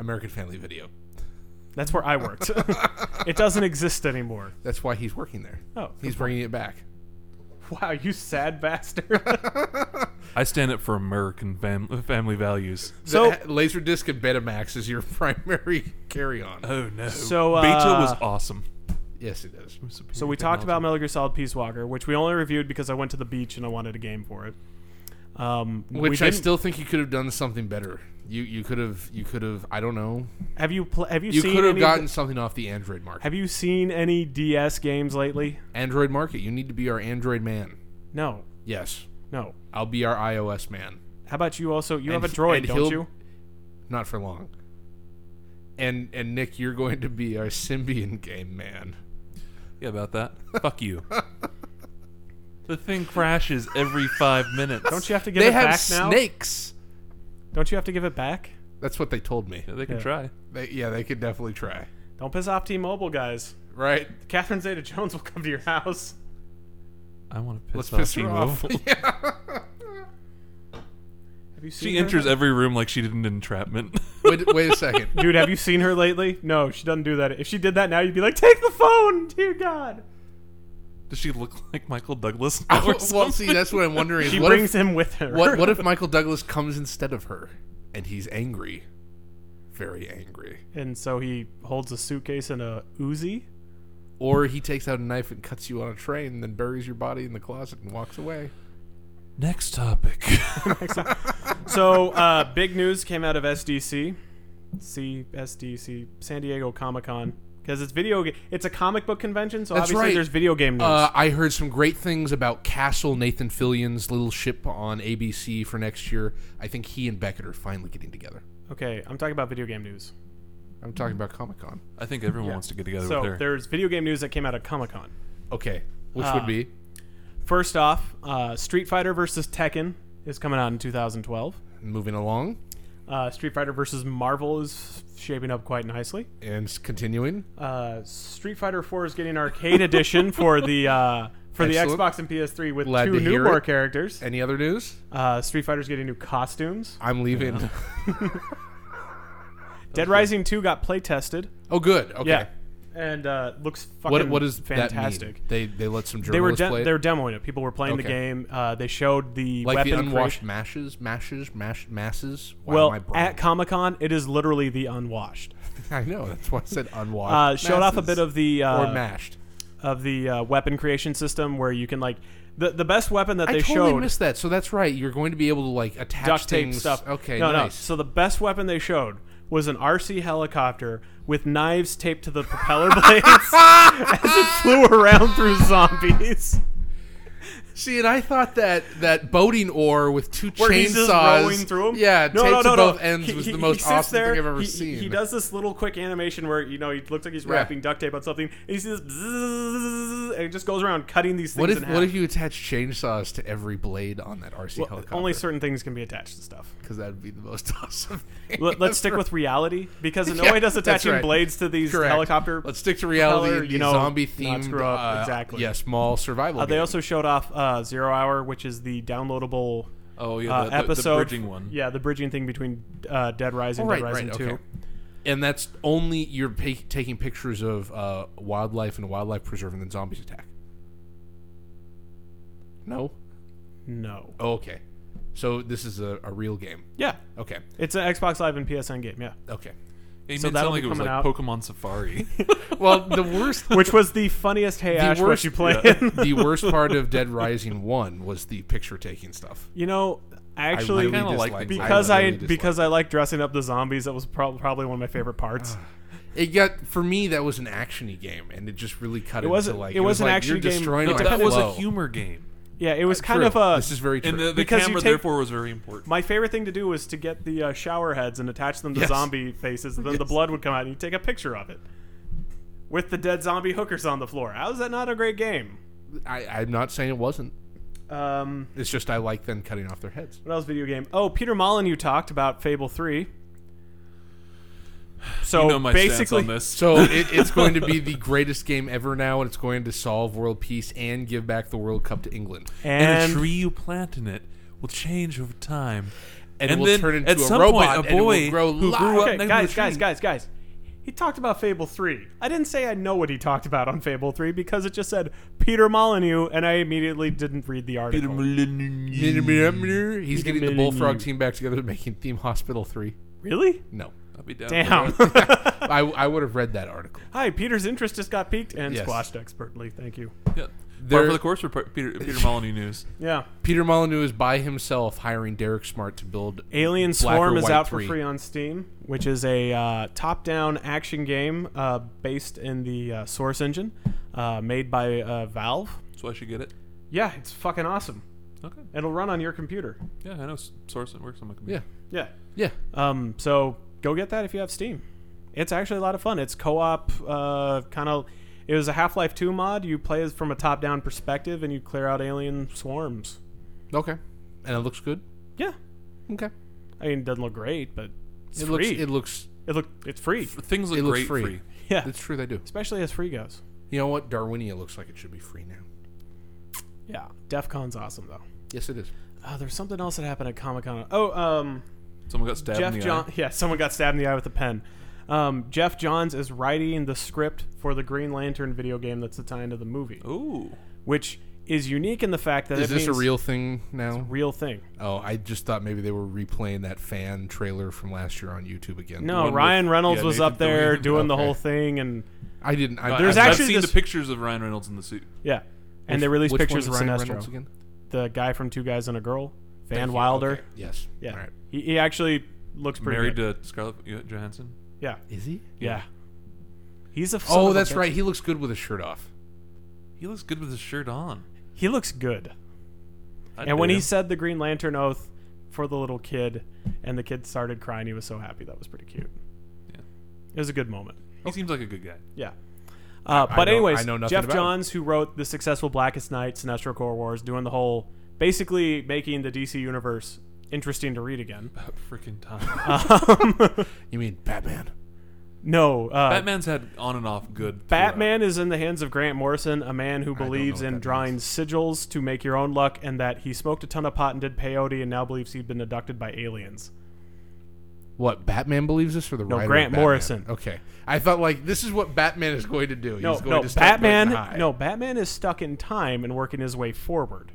Speaker 3: American Family Video.
Speaker 4: That's where I worked. it doesn't exist anymore.
Speaker 3: That's why he's working there.
Speaker 4: Oh,
Speaker 3: He's bringing it back.
Speaker 4: wow, you sad bastard.
Speaker 2: I stand up for American fam- family values.
Speaker 4: so,
Speaker 3: The- Laserdisc and Betamax is your primary carry on.
Speaker 2: Oh no.
Speaker 4: So,
Speaker 2: Beta
Speaker 4: uh,
Speaker 2: was awesome.
Speaker 3: yes, it is.
Speaker 4: so we talked about Metal Gear Solid Peace Walker, which we only reviewed because I went to the beach and I wanted a game for it. Um, we
Speaker 3: Which I
Speaker 4: didn't-
Speaker 3: still think you could have done something better. You you could have you could have I don't know.
Speaker 4: have you pl- have you,
Speaker 3: You
Speaker 4: seen
Speaker 3: could have
Speaker 4: any of the-
Speaker 3: gotten something off the Android market.
Speaker 4: have you seen any DS games lately?
Speaker 3: Android market. You need to be our Android man.
Speaker 4: No,
Speaker 3: Yes,
Speaker 4: no.
Speaker 3: I'll be our iOS man.
Speaker 4: How about you? Also, you
Speaker 3: And
Speaker 4: have a
Speaker 3: he-
Speaker 4: droid,
Speaker 3: and
Speaker 4: don't
Speaker 3: he'll-
Speaker 4: you?
Speaker 3: Not for long. And and Nick, you're going to be our Symbian game man.
Speaker 2: Yeah, about that. Fuck you. The thing crashes every five minutes.
Speaker 4: Don't you have to give
Speaker 3: they
Speaker 4: it
Speaker 3: have
Speaker 4: back now?
Speaker 3: snakes.
Speaker 4: Don't you have to give it back?
Speaker 3: That's what they told me.
Speaker 2: Yeah, they can
Speaker 4: Yeah.
Speaker 2: try.
Speaker 3: They, yeah, they could definitely try.
Speaker 4: Don't piss off T-Mobile guys.
Speaker 3: Right?
Speaker 4: Catherine Zeta-Jones will come to your house.
Speaker 2: I want to
Speaker 3: Let's
Speaker 2: piss
Speaker 3: piss her
Speaker 2: off
Speaker 3: off.
Speaker 2: T-Mobile.
Speaker 4: Have you seen
Speaker 2: She
Speaker 4: her?
Speaker 2: enters every room like she did in Entrapment.
Speaker 3: wait, wait a second.
Speaker 4: Dude, have you seen her lately? No, she doesn't do that. If she did that now, you'd be like, take the phone, dear God.
Speaker 2: Does she look like Michael Douglas? now or
Speaker 3: Oh, well, see,
Speaker 2: something?
Speaker 3: that's what I'm wondering.
Speaker 4: She
Speaker 3: what
Speaker 4: brings
Speaker 3: if,
Speaker 4: him with her.
Speaker 3: what what if Michael Douglas comes instead of her, and he's angry, very angry,
Speaker 4: And so he holds a suitcase and a Uzi.
Speaker 3: or he takes out a knife and cuts you on a train, and then buries your body in the closet and walks away.
Speaker 2: Next topic.
Speaker 4: So, uh, big news came out of SDC, CSDC, San Diego Comic Con, because it's video. Ga- it's a comic book convention, so
Speaker 3: That's
Speaker 4: obviously
Speaker 3: right.
Speaker 4: there's video game news.
Speaker 3: Uh, I heard some great things about Castle Nathan Fillion's Little Ship on ABC for next year. I think he and Beckett are finally getting together.
Speaker 4: okay, I'm talking about video game news.
Speaker 3: I'm talking about Comic Con.
Speaker 2: I think everyone
Speaker 4: Yeah.
Speaker 2: wants to get together
Speaker 4: So
Speaker 2: with her.
Speaker 4: there's video game news that came out of Comic Con.
Speaker 3: Okay, which
Speaker 4: Uh,
Speaker 3: would be
Speaker 4: First off, uh, Street Fighter versus Tekken is coming out in 2012.
Speaker 3: moving along
Speaker 4: Uh, Street Fighter versus Marvel is shaping up quite nicely.
Speaker 3: and s- continuing.
Speaker 4: Uh, Street Fighter 4 is getting arcade edition for the uh, for the
Speaker 3: Excellent.
Speaker 4: Xbox and PS3 with
Speaker 3: Glad
Speaker 4: two
Speaker 3: to
Speaker 4: new
Speaker 3: hear
Speaker 4: more
Speaker 3: it.
Speaker 4: characters.
Speaker 3: Any other news?
Speaker 4: Uh, Street Fighter's getting new costumes.
Speaker 3: I'm leaving.
Speaker 4: Dead Rising 2 got play tested.
Speaker 3: oh, good. Okay.
Speaker 4: Yeah, and uh, looks fucking
Speaker 3: What, what is
Speaker 4: fantastic.
Speaker 3: That mean? They they let some journalists
Speaker 4: They were de-
Speaker 3: play. it?
Speaker 4: they were demoing it. People were playing the
Speaker 3: Okay.
Speaker 4: game. Uh, they showed the
Speaker 3: like
Speaker 4: weapon
Speaker 3: the unwashed
Speaker 4: creation-
Speaker 3: mashes, mashes, mash, masses. Why am I
Speaker 4: Well,
Speaker 3: brain-
Speaker 4: at Comic Con, it is literally the unwashed.
Speaker 3: I know that's why I said unwashed.
Speaker 4: Uh, showed off a
Speaker 3: masses.
Speaker 4: bit of the
Speaker 3: or
Speaker 4: uh,
Speaker 3: mashed.
Speaker 4: of the uh, weapon creation system where you can like the the best weapon that
Speaker 3: I
Speaker 4: they
Speaker 3: totally
Speaker 4: showed
Speaker 3: missed that. So that's right. You're going to be able to like attach
Speaker 4: duct tape
Speaker 3: things.
Speaker 4: stuff.
Speaker 3: Okay,
Speaker 4: no, no.
Speaker 3: nice.
Speaker 4: So the best weapon they showed was an RC helicopter with knives taped to the propeller blades as it flew around through zombies.
Speaker 3: See, and I thought that that boating oar with two
Speaker 4: Where
Speaker 3: chainsaws
Speaker 4: he's just rowing through them.
Speaker 3: Yeah,
Speaker 4: no,
Speaker 3: taped
Speaker 4: no,
Speaker 3: to
Speaker 4: no,
Speaker 3: both
Speaker 4: no.
Speaker 3: ends
Speaker 4: He-
Speaker 3: was
Speaker 4: he-
Speaker 3: the
Speaker 4: he
Speaker 3: most
Speaker 4: sits
Speaker 3: awesome
Speaker 4: there,
Speaker 3: thing I've ever
Speaker 4: he,
Speaker 3: seen.
Speaker 4: He does this little quick animation where you know he looks like he's
Speaker 3: Yeah.
Speaker 4: wrapping duct tape on something, and you see this, bzzz, and it just goes around cutting these things
Speaker 3: What if
Speaker 4: in
Speaker 3: what
Speaker 4: half.
Speaker 3: if you attach chainsaws to every blade on that RC
Speaker 4: Well,
Speaker 3: helicopter?
Speaker 4: only certain things can be attached to stuff.
Speaker 3: because that'd be the most awesome. Thing
Speaker 4: Let,
Speaker 3: ever.
Speaker 4: us stick with reality because in no
Speaker 3: Yeah,
Speaker 4: way does
Speaker 3: that's
Speaker 4: attaching
Speaker 3: right.
Speaker 4: blades to these
Speaker 3: Correct.
Speaker 4: helicopter Uh,
Speaker 3: Let's stick to reality.
Speaker 4: propeller,
Speaker 3: and
Speaker 4: you
Speaker 3: the
Speaker 4: know,
Speaker 3: zombie
Speaker 4: not
Speaker 3: themed.
Speaker 4: screw up,
Speaker 3: uh,
Speaker 4: exactly.
Speaker 3: Yeah, small survival.
Speaker 4: Uh, they
Speaker 3: game.
Speaker 4: also showed off uh, Zero Hour, which is the downloadable
Speaker 2: Oh yeah,
Speaker 4: uh,
Speaker 2: the, the- the
Speaker 4: episode.
Speaker 2: bridging one.
Speaker 4: Yeah, the bridging thing between uh, Dead Rising
Speaker 3: Oh,
Speaker 4: and
Speaker 3: right,
Speaker 4: Dead Rising
Speaker 3: right,
Speaker 4: 2.
Speaker 3: okay. And that's only you're pa- taking pictures of uh, wildlife and wildlife preserve, and then zombies attack. No.
Speaker 4: No.
Speaker 3: Oh, okay. So this is a, a real game.
Speaker 4: Yeah.
Speaker 3: Okay.
Speaker 4: It's an Xbox Live and PSN game, yeah.
Speaker 3: Okay.
Speaker 2: It
Speaker 4: So
Speaker 2: made it
Speaker 4: that'll
Speaker 2: sound like
Speaker 4: be
Speaker 2: it was like
Speaker 4: coming out.
Speaker 2: Pokemon Safari.
Speaker 3: Well, the worst
Speaker 4: Which was the funniest Hey Ash what
Speaker 3: worst-
Speaker 4: you play.
Speaker 3: the worst part of Dead Rising One was the picture taking stuff.
Speaker 4: you know, actually,
Speaker 3: I really
Speaker 2: kinda like
Speaker 3: disliked
Speaker 2: the-
Speaker 3: that.
Speaker 4: because I,
Speaker 3: really disliked
Speaker 4: because I like dressing up the zombies, that was prob- probably one of my favorite parts.
Speaker 3: it got for me that was an actiony game, and it just really cut
Speaker 4: It wasn't-
Speaker 3: into like
Speaker 4: it was an
Speaker 3: like,
Speaker 4: action
Speaker 3: you're
Speaker 4: game.
Speaker 3: Destroying
Speaker 4: No,
Speaker 3: my
Speaker 2: that was a
Speaker 3: flow.
Speaker 2: humor game,
Speaker 4: yeah, it was kind
Speaker 3: Uh, True.
Speaker 4: of a.
Speaker 3: This is very true.
Speaker 2: and the, the
Speaker 4: Because you
Speaker 2: camera
Speaker 4: take-
Speaker 2: therefore was very important.
Speaker 4: My favorite thing to do was to get the uh, shower heads and attach them to
Speaker 3: Yes.
Speaker 4: zombie faces, and then the blood would come out, and you take a picture of it with the dead zombie hookers on the floor. How is that not a great game?
Speaker 3: I, I'm not saying it wasn't.
Speaker 4: Um,
Speaker 3: It's just I like them cutting off their heads.
Speaker 4: what else? Video game? Oh, Peter Molyneux talked about Fable Three. So
Speaker 2: you know my stance
Speaker 4: basically,
Speaker 2: on this.
Speaker 3: So it, it's going to be the greatest game ever now, and it's going to solve world peace and give back the World Cup to England.
Speaker 2: and,
Speaker 4: and
Speaker 2: a tree you plant in it will change over time,
Speaker 3: And it will
Speaker 2: then
Speaker 3: turn into
Speaker 2: at
Speaker 3: a
Speaker 2: some
Speaker 3: robot, and it
Speaker 2: point, a
Speaker 3: will
Speaker 2: boy
Speaker 3: grow
Speaker 2: who
Speaker 3: li-
Speaker 2: grew up
Speaker 4: okay,
Speaker 2: next to
Speaker 4: guys,
Speaker 2: the
Speaker 4: guys,
Speaker 2: tree-
Speaker 4: guys, guys. He talked about Fable 3. I didn't say I know what he talked about on Fable 3 because it just said Peter Molyneux, and I immediately didn't read the article.
Speaker 3: He's getting the Bullfrog team back together, and making Theme Hospital three.
Speaker 4: Really?
Speaker 3: No,
Speaker 2: I'll be down for
Speaker 4: Damn.
Speaker 2: that.
Speaker 3: I, I would have read that article.
Speaker 4: Hi, Peter's interest just got piqued and
Speaker 3: Yes.
Speaker 4: squashed expertly. Thank you.
Speaker 2: Yeah.
Speaker 3: There-
Speaker 2: Par for the course for Par- Peter, Peter Molyneux news.
Speaker 4: Yeah.
Speaker 3: Peter Molyneux is by himself hiring Derek Smart to build
Speaker 4: Alien
Speaker 3: Black or
Speaker 4: Swarm is
Speaker 3: White
Speaker 4: out
Speaker 3: 3.
Speaker 4: for free on Steam, which is a uh, top down action game uh, based in the uh, Source engine, uh, made by uh, Valve.
Speaker 2: So I should get it.
Speaker 4: Yeah, it's fucking awesome.
Speaker 2: Okay.
Speaker 4: It'll run on your computer.
Speaker 2: Yeah, I know s- source that works on my
Speaker 3: Yeah,
Speaker 2: computer.
Speaker 4: Yeah.
Speaker 3: yeah.
Speaker 4: Um, so go get that if you have Steam. It's actually a lot of fun. It's co-op, uh, kind of. It was a Half-Life 2 mod. You play as from a top-down perspective, and you clear out alien swarms.
Speaker 3: Okay, and it looks good.
Speaker 4: Yeah,
Speaker 3: Okay,
Speaker 4: I mean, it doesn't look great, but it's
Speaker 3: it
Speaker 4: free.
Speaker 3: looks it looks
Speaker 4: it look it's free,
Speaker 2: F- Things look
Speaker 3: It looks
Speaker 2: great
Speaker 3: free.
Speaker 2: free.
Speaker 4: yeah.
Speaker 3: it's true they do.
Speaker 4: Especially as free goes.
Speaker 3: You know what? Darwinia looks like it should be free now.
Speaker 4: Yeah, DEF CON's awesome though.
Speaker 3: Yes, it is.
Speaker 4: Oh, there's something else that happened at Comic Con. Oh, um,
Speaker 2: Someone got stabbed in
Speaker 4: Jeff
Speaker 2: the
Speaker 4: John. Yeah, someone got stabbed in the eye with a pen. Um, Jeff Johns is writing the script for the Green Lantern video game that's the tie into the movie,
Speaker 2: eye. Ooh.
Speaker 4: which is unique in the fact that
Speaker 3: Is
Speaker 4: it
Speaker 3: this a
Speaker 4: means-
Speaker 3: real thing now?
Speaker 4: real thing.
Speaker 3: Oh, I just thought maybe they were replaying that fan trailer from last year on YouTube again.
Speaker 4: No,
Speaker 2: one
Speaker 4: Ryan
Speaker 2: with-
Speaker 4: Reynolds
Speaker 2: yeah,
Speaker 4: was
Speaker 2: Nathan
Speaker 4: up there
Speaker 2: Fillion.
Speaker 4: doing the
Speaker 3: Okay.
Speaker 4: whole thing, and
Speaker 3: I didn't. I,
Speaker 2: There's
Speaker 4: Uh, There's
Speaker 2: I've,
Speaker 4: actually
Speaker 2: I've seen
Speaker 4: this-
Speaker 2: the pictures of Ryan Reynolds in the suit.
Speaker 4: yeah, and they released
Speaker 3: which
Speaker 4: pictures of
Speaker 3: one's
Speaker 4: Ryan
Speaker 3: Ryan Reynolds
Speaker 4: Estro,
Speaker 3: again?
Speaker 4: the guy from Two Guys and a Girl, Van
Speaker 3: Thank you.
Speaker 4: Wilder.
Speaker 3: Okay. Yes.
Speaker 4: Yeah,
Speaker 3: All right.
Speaker 4: he, he actually looks pretty
Speaker 2: Married
Speaker 4: good.
Speaker 2: to Scarlett Johansson.
Speaker 4: yeah,
Speaker 3: Is he?
Speaker 4: yeah. He's a son of
Speaker 3: Oh,
Speaker 4: a
Speaker 3: that's
Speaker 4: bitch.
Speaker 3: right. He looks good with his shirt off.
Speaker 2: He looks good with his shirt on.
Speaker 4: He looks good.
Speaker 2: I'd
Speaker 4: and when
Speaker 2: date
Speaker 4: he
Speaker 2: him.
Speaker 4: said the Green Lantern oath for the little kid, and the kid started crying, he was so happy. That was pretty cute.
Speaker 2: Yeah.
Speaker 4: It was a good moment.
Speaker 2: he seems like a good guy.
Speaker 4: Yeah. Uh,
Speaker 3: I
Speaker 4: but
Speaker 3: know-
Speaker 4: anyways,
Speaker 3: I know nothing
Speaker 4: Jeff
Speaker 3: about it.
Speaker 4: Johns, who wrote the successful Blackest Night, Sinestro Core Wars, doing the whole, basically making the DC universe interesting to read again.
Speaker 2: About freaking time.
Speaker 4: Um,
Speaker 3: You mean Batman?
Speaker 4: no, uh, Batman.
Speaker 2: Batman's had on and off good.
Speaker 4: is in the hands of Grant Morrison, a man who
Speaker 3: don't
Speaker 4: believes
Speaker 3: know what
Speaker 4: in
Speaker 3: that
Speaker 4: drawing sigils to make your own luck, and that he smoked a ton of pot and did peyote, and now believes he'd been abducted by aliens.
Speaker 3: What Batman believes this, or the
Speaker 4: No,
Speaker 3: writer of
Speaker 4: Grant
Speaker 3: Batman?
Speaker 4: Morrison.
Speaker 3: Okay, I felt like this is what Batman is going to do.
Speaker 4: No,
Speaker 3: He's going
Speaker 4: no,
Speaker 3: to start getting high.
Speaker 4: Batman. No, Batman is stuck in time and working his way forward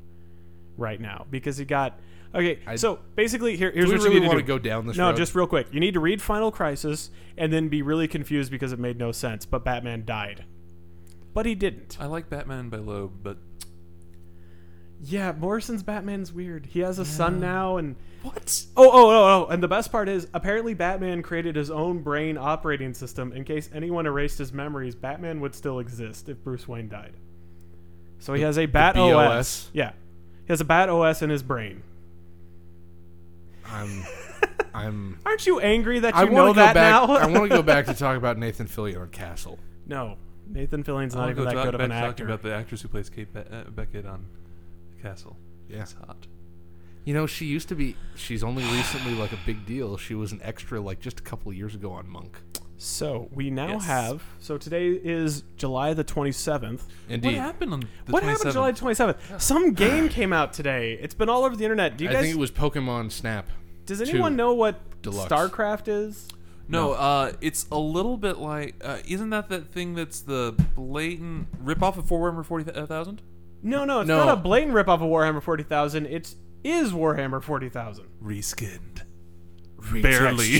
Speaker 4: right now because he got. Okay, so basically, here, here's
Speaker 3: Do we
Speaker 4: what
Speaker 3: really
Speaker 4: you need
Speaker 3: want
Speaker 4: to
Speaker 3: to
Speaker 4: do.
Speaker 3: go down this
Speaker 4: no,
Speaker 3: road?
Speaker 4: just real quick. You need to read Final Crisis and then be really confused because it made no sense. But Batman died, but he didn't.
Speaker 2: I like Batman by Loeb, but
Speaker 4: Yeah, Morrison's Batman's weird. He has a son now, and
Speaker 3: What?
Speaker 4: oh, oh, oh, oh! And the best part is, apparently, Batman created his own brain operating system in case anyone erased his memories. Batman would still exist if Bruce Wayne died. So he has a Bat
Speaker 3: BOS.
Speaker 4: OS. Yeah, he has a Bat OS in his brain.
Speaker 3: I'm. I'm.
Speaker 4: Aren't you angry that you
Speaker 3: I
Speaker 4: know
Speaker 3: want to go
Speaker 4: that
Speaker 3: back.
Speaker 4: now?
Speaker 3: I want to go back to talk about Nathan Fillion on Castle.
Speaker 4: no, Nathan Fillion's
Speaker 2: I'll
Speaker 4: not even
Speaker 2: go
Speaker 4: that
Speaker 2: talk
Speaker 4: good of
Speaker 2: back
Speaker 4: an
Speaker 2: to talking
Speaker 4: actor.
Speaker 2: about the actress who plays Kate Be- uh, Beckett on Castle.
Speaker 3: Yeah.
Speaker 2: It's hot.
Speaker 3: You know, she used to be. She's only recently like a big deal. She was an extra like just a couple of years ago on Monk.
Speaker 4: So we now
Speaker 2: Yes.
Speaker 4: have. So today is July the twenty seventh.
Speaker 3: Indeed.
Speaker 2: What happened on the
Speaker 4: What happened
Speaker 2: 27th?
Speaker 4: July 27th? Some game came out today. It's been all over the internet. Do you
Speaker 3: I
Speaker 4: guys
Speaker 3: think it was Pokemon Snap.
Speaker 4: Does anyone
Speaker 3: two.
Speaker 4: know what
Speaker 3: Deluxe.
Speaker 4: StarCraft is?
Speaker 2: No, uh, it's a little bit like. Uh, isn't that that thing that's the blatant ripoff of Warhammer 40,000?
Speaker 4: No, no, it's
Speaker 3: No.
Speaker 4: not a blatant ripoff of Warhammer 40,000. It's is Warhammer 40,000.
Speaker 2: Reskinned.
Speaker 3: Barely.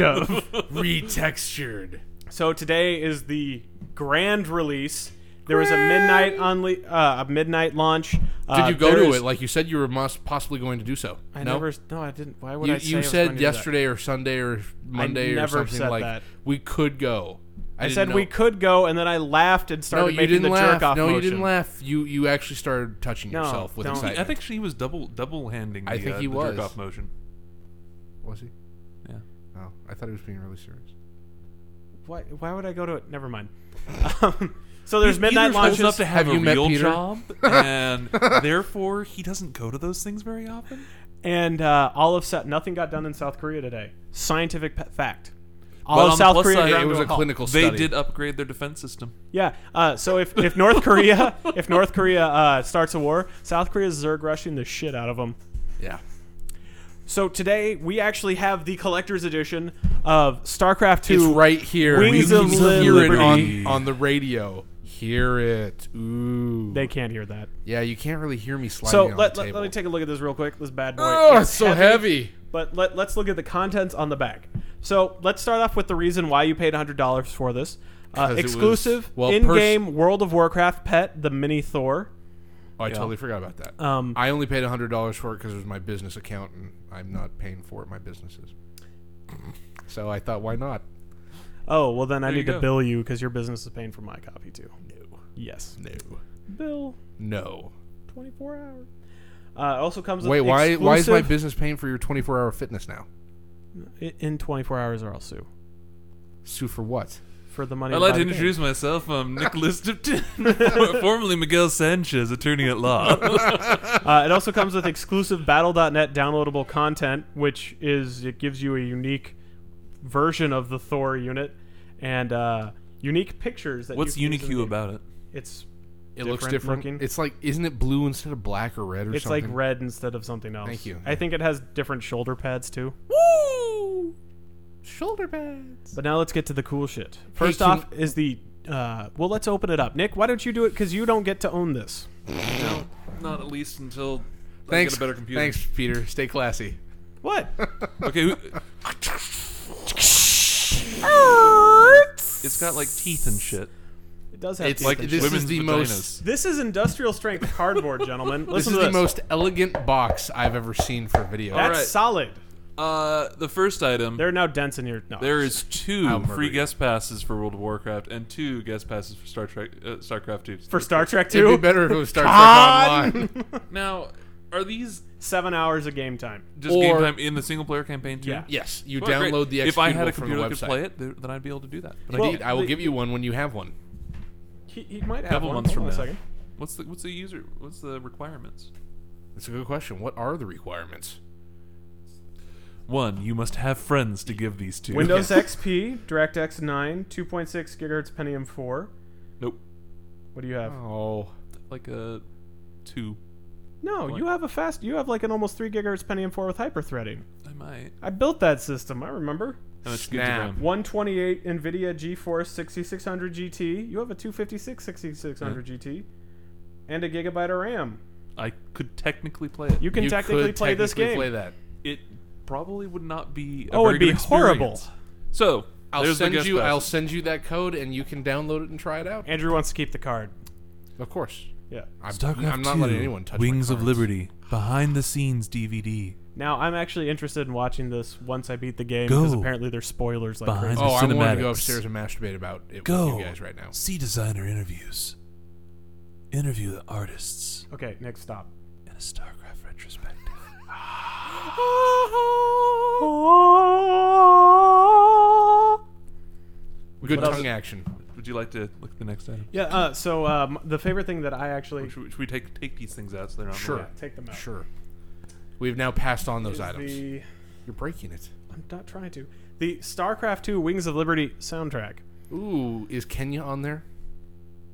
Speaker 4: of.
Speaker 3: Retextured.
Speaker 4: so today is the grand release. There was a midnight only uh, a midnight launch. Uh,
Speaker 3: Did you go to it like you said you were must possibly going to do so?
Speaker 4: I
Speaker 3: no?
Speaker 4: never no, I didn't. Why would
Speaker 3: You,
Speaker 4: I say I
Speaker 3: you
Speaker 4: was going
Speaker 3: said
Speaker 4: to do that?
Speaker 3: yesterday or Sunday or Monday or
Speaker 4: never
Speaker 3: something
Speaker 4: said
Speaker 3: like
Speaker 4: that.
Speaker 3: we could go. I,
Speaker 4: I
Speaker 3: didn't
Speaker 4: said
Speaker 3: know.
Speaker 4: we could go and then I laughed and
Speaker 3: No,
Speaker 4: started
Speaker 3: you
Speaker 4: making
Speaker 3: didn't
Speaker 4: the
Speaker 3: laugh.
Speaker 4: jerk off
Speaker 3: no, you
Speaker 4: motion.
Speaker 3: didn't laugh. You you actually started touching
Speaker 4: No,
Speaker 3: yourself with
Speaker 4: don't.
Speaker 3: excitement.
Speaker 2: I think she was double double handing.
Speaker 3: I think he was.
Speaker 2: jerk off motion.
Speaker 3: was he?
Speaker 2: Yeah.
Speaker 3: Oh, I thought he was being really serious.
Speaker 4: Why, why would I go to it? Never mind. Um, so there's midnight
Speaker 2: Peter's old
Speaker 4: launches.
Speaker 2: enough to have,
Speaker 3: Have
Speaker 2: a
Speaker 3: you met
Speaker 2: real
Speaker 3: Peter?
Speaker 2: job, and therefore he doesn't go to those things very often.
Speaker 4: and uh, all of South, nothing got done in South Korea today. Scientific pe- fact. All
Speaker 2: But on
Speaker 4: of South
Speaker 2: plus
Speaker 4: Korea.
Speaker 2: side,
Speaker 4: ground
Speaker 3: It was
Speaker 4: to
Speaker 3: a
Speaker 4: halt.
Speaker 3: clinical
Speaker 2: They
Speaker 3: study.
Speaker 2: did upgrade their defense system.
Speaker 4: Yeah. Uh, so if, if North Korea if North Korea uh, starts a war, South Korea's zerg rushing the shit out of them.
Speaker 3: Yeah.
Speaker 4: So today we actually have the collector's edition of StarCraft
Speaker 3: It's
Speaker 4: Two.
Speaker 3: right here.
Speaker 4: Wings
Speaker 3: you
Speaker 4: of
Speaker 3: can hear it
Speaker 4: Liberty.
Speaker 3: on, on the radio. Hear it. Ooh.
Speaker 4: They can't hear that.
Speaker 3: yeah, you can't really hear me sliding
Speaker 4: So
Speaker 3: on
Speaker 4: let,
Speaker 3: the
Speaker 4: let,
Speaker 3: table.
Speaker 4: let me take a look at this real quick. This bad boy.
Speaker 3: oh,
Speaker 4: It's
Speaker 3: it's so heavy.
Speaker 4: But let, let's look at the contents on the back. So let's start off with the reason why you paid $100 for this. Uh,
Speaker 3: 'Cause it was-
Speaker 4: exclusive
Speaker 3: well, pers-
Speaker 4: in-game World of Warcraft pet, the mini Thor.
Speaker 3: Oh, I totally forgot about that.
Speaker 4: Um,
Speaker 3: I only paid hundred dollars for it because it was my business account, and I'm not paying for it. My business is. So I thought, why not?
Speaker 4: Oh well, then I
Speaker 2: There you
Speaker 4: need to
Speaker 2: go.
Speaker 4: bill you because your business is paying for my copy too.
Speaker 3: No.
Speaker 4: Yes,
Speaker 3: No.
Speaker 4: bill
Speaker 3: No.
Speaker 4: 24 hour. Uh, it also comes
Speaker 3: Wait,
Speaker 4: with
Speaker 3: why? Why is my
Speaker 4: exclusive-
Speaker 3: business paying for your 24-hour fitness now?
Speaker 4: I- in 24 hours or I'll sue
Speaker 3: Sue for what?
Speaker 4: for the money.
Speaker 2: I'd like
Speaker 4: buy
Speaker 2: to
Speaker 4: the game.
Speaker 2: introduce myself. I'm Nicholas Tipton, formerly Miguel Sanchez, attorney at law.
Speaker 4: Uh, it also comes with exclusive Battle.net downloadable content, which is it gives you a unique version of the Thor unit and uh, unique pictures. That
Speaker 2: What's
Speaker 4: you can use in the
Speaker 2: UniQ
Speaker 4: game.
Speaker 2: about it?
Speaker 4: It's
Speaker 3: It looks
Speaker 4: Different
Speaker 3: different.
Speaker 4: looking.
Speaker 3: It's like, isn't it blue instead of black or red or
Speaker 4: it's
Speaker 3: something?
Speaker 4: like red instead of something else.
Speaker 3: Thank you.
Speaker 4: I think it has different shoulder pads too.
Speaker 3: Woo! Shoulder pads.
Speaker 4: But now let's get to the cool shit. First
Speaker 3: can-
Speaker 4: off is the uh, well, let's open it up. Nick, why don't you do it? Because you don't get to own this.
Speaker 2: No, not at least until
Speaker 3: Thanks.
Speaker 2: I get a better computer.
Speaker 3: Thanks, Peter. Stay classy.
Speaker 4: What?
Speaker 2: Okay. who- It's got like teeth and shit.
Speaker 4: It does have.
Speaker 3: It's
Speaker 4: teeth
Speaker 3: like
Speaker 4: and
Speaker 3: this
Speaker 4: shit.
Speaker 2: women's
Speaker 3: is the
Speaker 2: vaginas.
Speaker 3: most.
Speaker 4: This is industrial strength cardboard, gentlemen.
Speaker 3: This
Speaker 4: Listen
Speaker 3: is
Speaker 4: to
Speaker 3: the
Speaker 4: this.
Speaker 3: most elegant box I've ever seen for video.
Speaker 4: That's
Speaker 2: Alright.
Speaker 4: solid.
Speaker 2: Uh, the first item.
Speaker 4: There are now dents in your. No,
Speaker 2: There is two
Speaker 3: I'll murder
Speaker 2: free
Speaker 3: you.
Speaker 2: guest passes for World of Warcraft and two guest passes for Star Trek, uh, StarCraft Two.
Speaker 4: for Star Trek
Speaker 3: It'd be
Speaker 4: Two.
Speaker 3: better if it was Star Trek Online.
Speaker 2: now, are these
Speaker 4: Seven hours of game time.
Speaker 2: just
Speaker 3: Or-
Speaker 2: game time in the single player campaign too?
Speaker 4: Yeah.
Speaker 3: Yes, you
Speaker 2: Well, great.
Speaker 3: download the executable
Speaker 2: If I had a
Speaker 3: from the
Speaker 2: computer that
Speaker 3: website.
Speaker 2: could play it, th- then I'd be able to do that. But I
Speaker 4: Well-
Speaker 2: didn't.
Speaker 3: Indeed, I will
Speaker 4: the-
Speaker 3: give you one when you have one.
Speaker 4: He, he might have
Speaker 2: couple
Speaker 4: one.
Speaker 2: months
Speaker 4: Hold
Speaker 2: from
Speaker 4: on a
Speaker 2: now.
Speaker 4: second.
Speaker 2: what's the what's the user? What's the requirements?
Speaker 3: That's a good question. What are the requirements?
Speaker 2: One, you must have friends to give these to.
Speaker 4: Windows XP, DirectX 9, 2.6 gigahertz Pentium 4.
Speaker 2: Nope.
Speaker 4: What do you have?
Speaker 3: Oh,
Speaker 2: Like a two.
Speaker 4: no, you have a fast. You have like an almost three gigahertz Pentium 4 with hyperthreading.
Speaker 2: I might.
Speaker 4: I built that system. I remember.
Speaker 2: How much gigs of
Speaker 3: Snap.
Speaker 2: RAM?
Speaker 4: 128 NVIDIA GeForce 6600 GT. You have a 256 6600 GT, and a gigabyte of RAM.
Speaker 2: I could technically play it.
Speaker 4: You can
Speaker 3: you
Speaker 4: technically
Speaker 3: could
Speaker 4: play this
Speaker 3: technically
Speaker 4: game.
Speaker 3: Play that.
Speaker 2: It probably would not be. A
Speaker 4: Oh,
Speaker 2: very
Speaker 4: it'd be
Speaker 2: good
Speaker 4: horrible.
Speaker 2: experience. So
Speaker 3: I'll
Speaker 2: there's
Speaker 3: send
Speaker 2: the guest
Speaker 3: you.
Speaker 2: passes.
Speaker 3: I'll send you that code, and you can download it and try it out.
Speaker 4: Andrew wants to keep the card.
Speaker 3: Of course.
Speaker 4: Yeah.
Speaker 3: I'm,
Speaker 2: StarCraft
Speaker 3: I'm not letting anyone touch my
Speaker 2: Wings of
Speaker 3: cards.
Speaker 2: Liberty behind the scenes DVD.
Speaker 4: Now I'm actually interested in watching this once I beat the game because
Speaker 2: Go.
Speaker 4: apparently there's spoilers like
Speaker 2: Behind
Speaker 4: crazy.
Speaker 2: the
Speaker 3: Oh, I'm going to go
Speaker 2: cinematics.
Speaker 3: upstairs and masturbate about it
Speaker 2: Go.
Speaker 3: with you guys right now.
Speaker 2: See designer interviews. Interview the artists
Speaker 4: Okay, Nick, stop.
Speaker 2: in a StarCraft retrospective.
Speaker 3: Good
Speaker 2: What else?
Speaker 3: tongue action.
Speaker 2: Would you like to look at the next item?
Speaker 4: Yeah. Uh, so um, the favorite thing that I actually
Speaker 2: Should we, should we take take these things out so they're not?
Speaker 3: Sure.
Speaker 4: take them out.
Speaker 3: Sure. We've now passed on those
Speaker 4: is
Speaker 3: items.
Speaker 4: The,
Speaker 3: You're breaking it.
Speaker 4: I'm not trying to. The StarCraft II Wings of Liberty soundtrack.
Speaker 3: Ooh, is Kenya on there?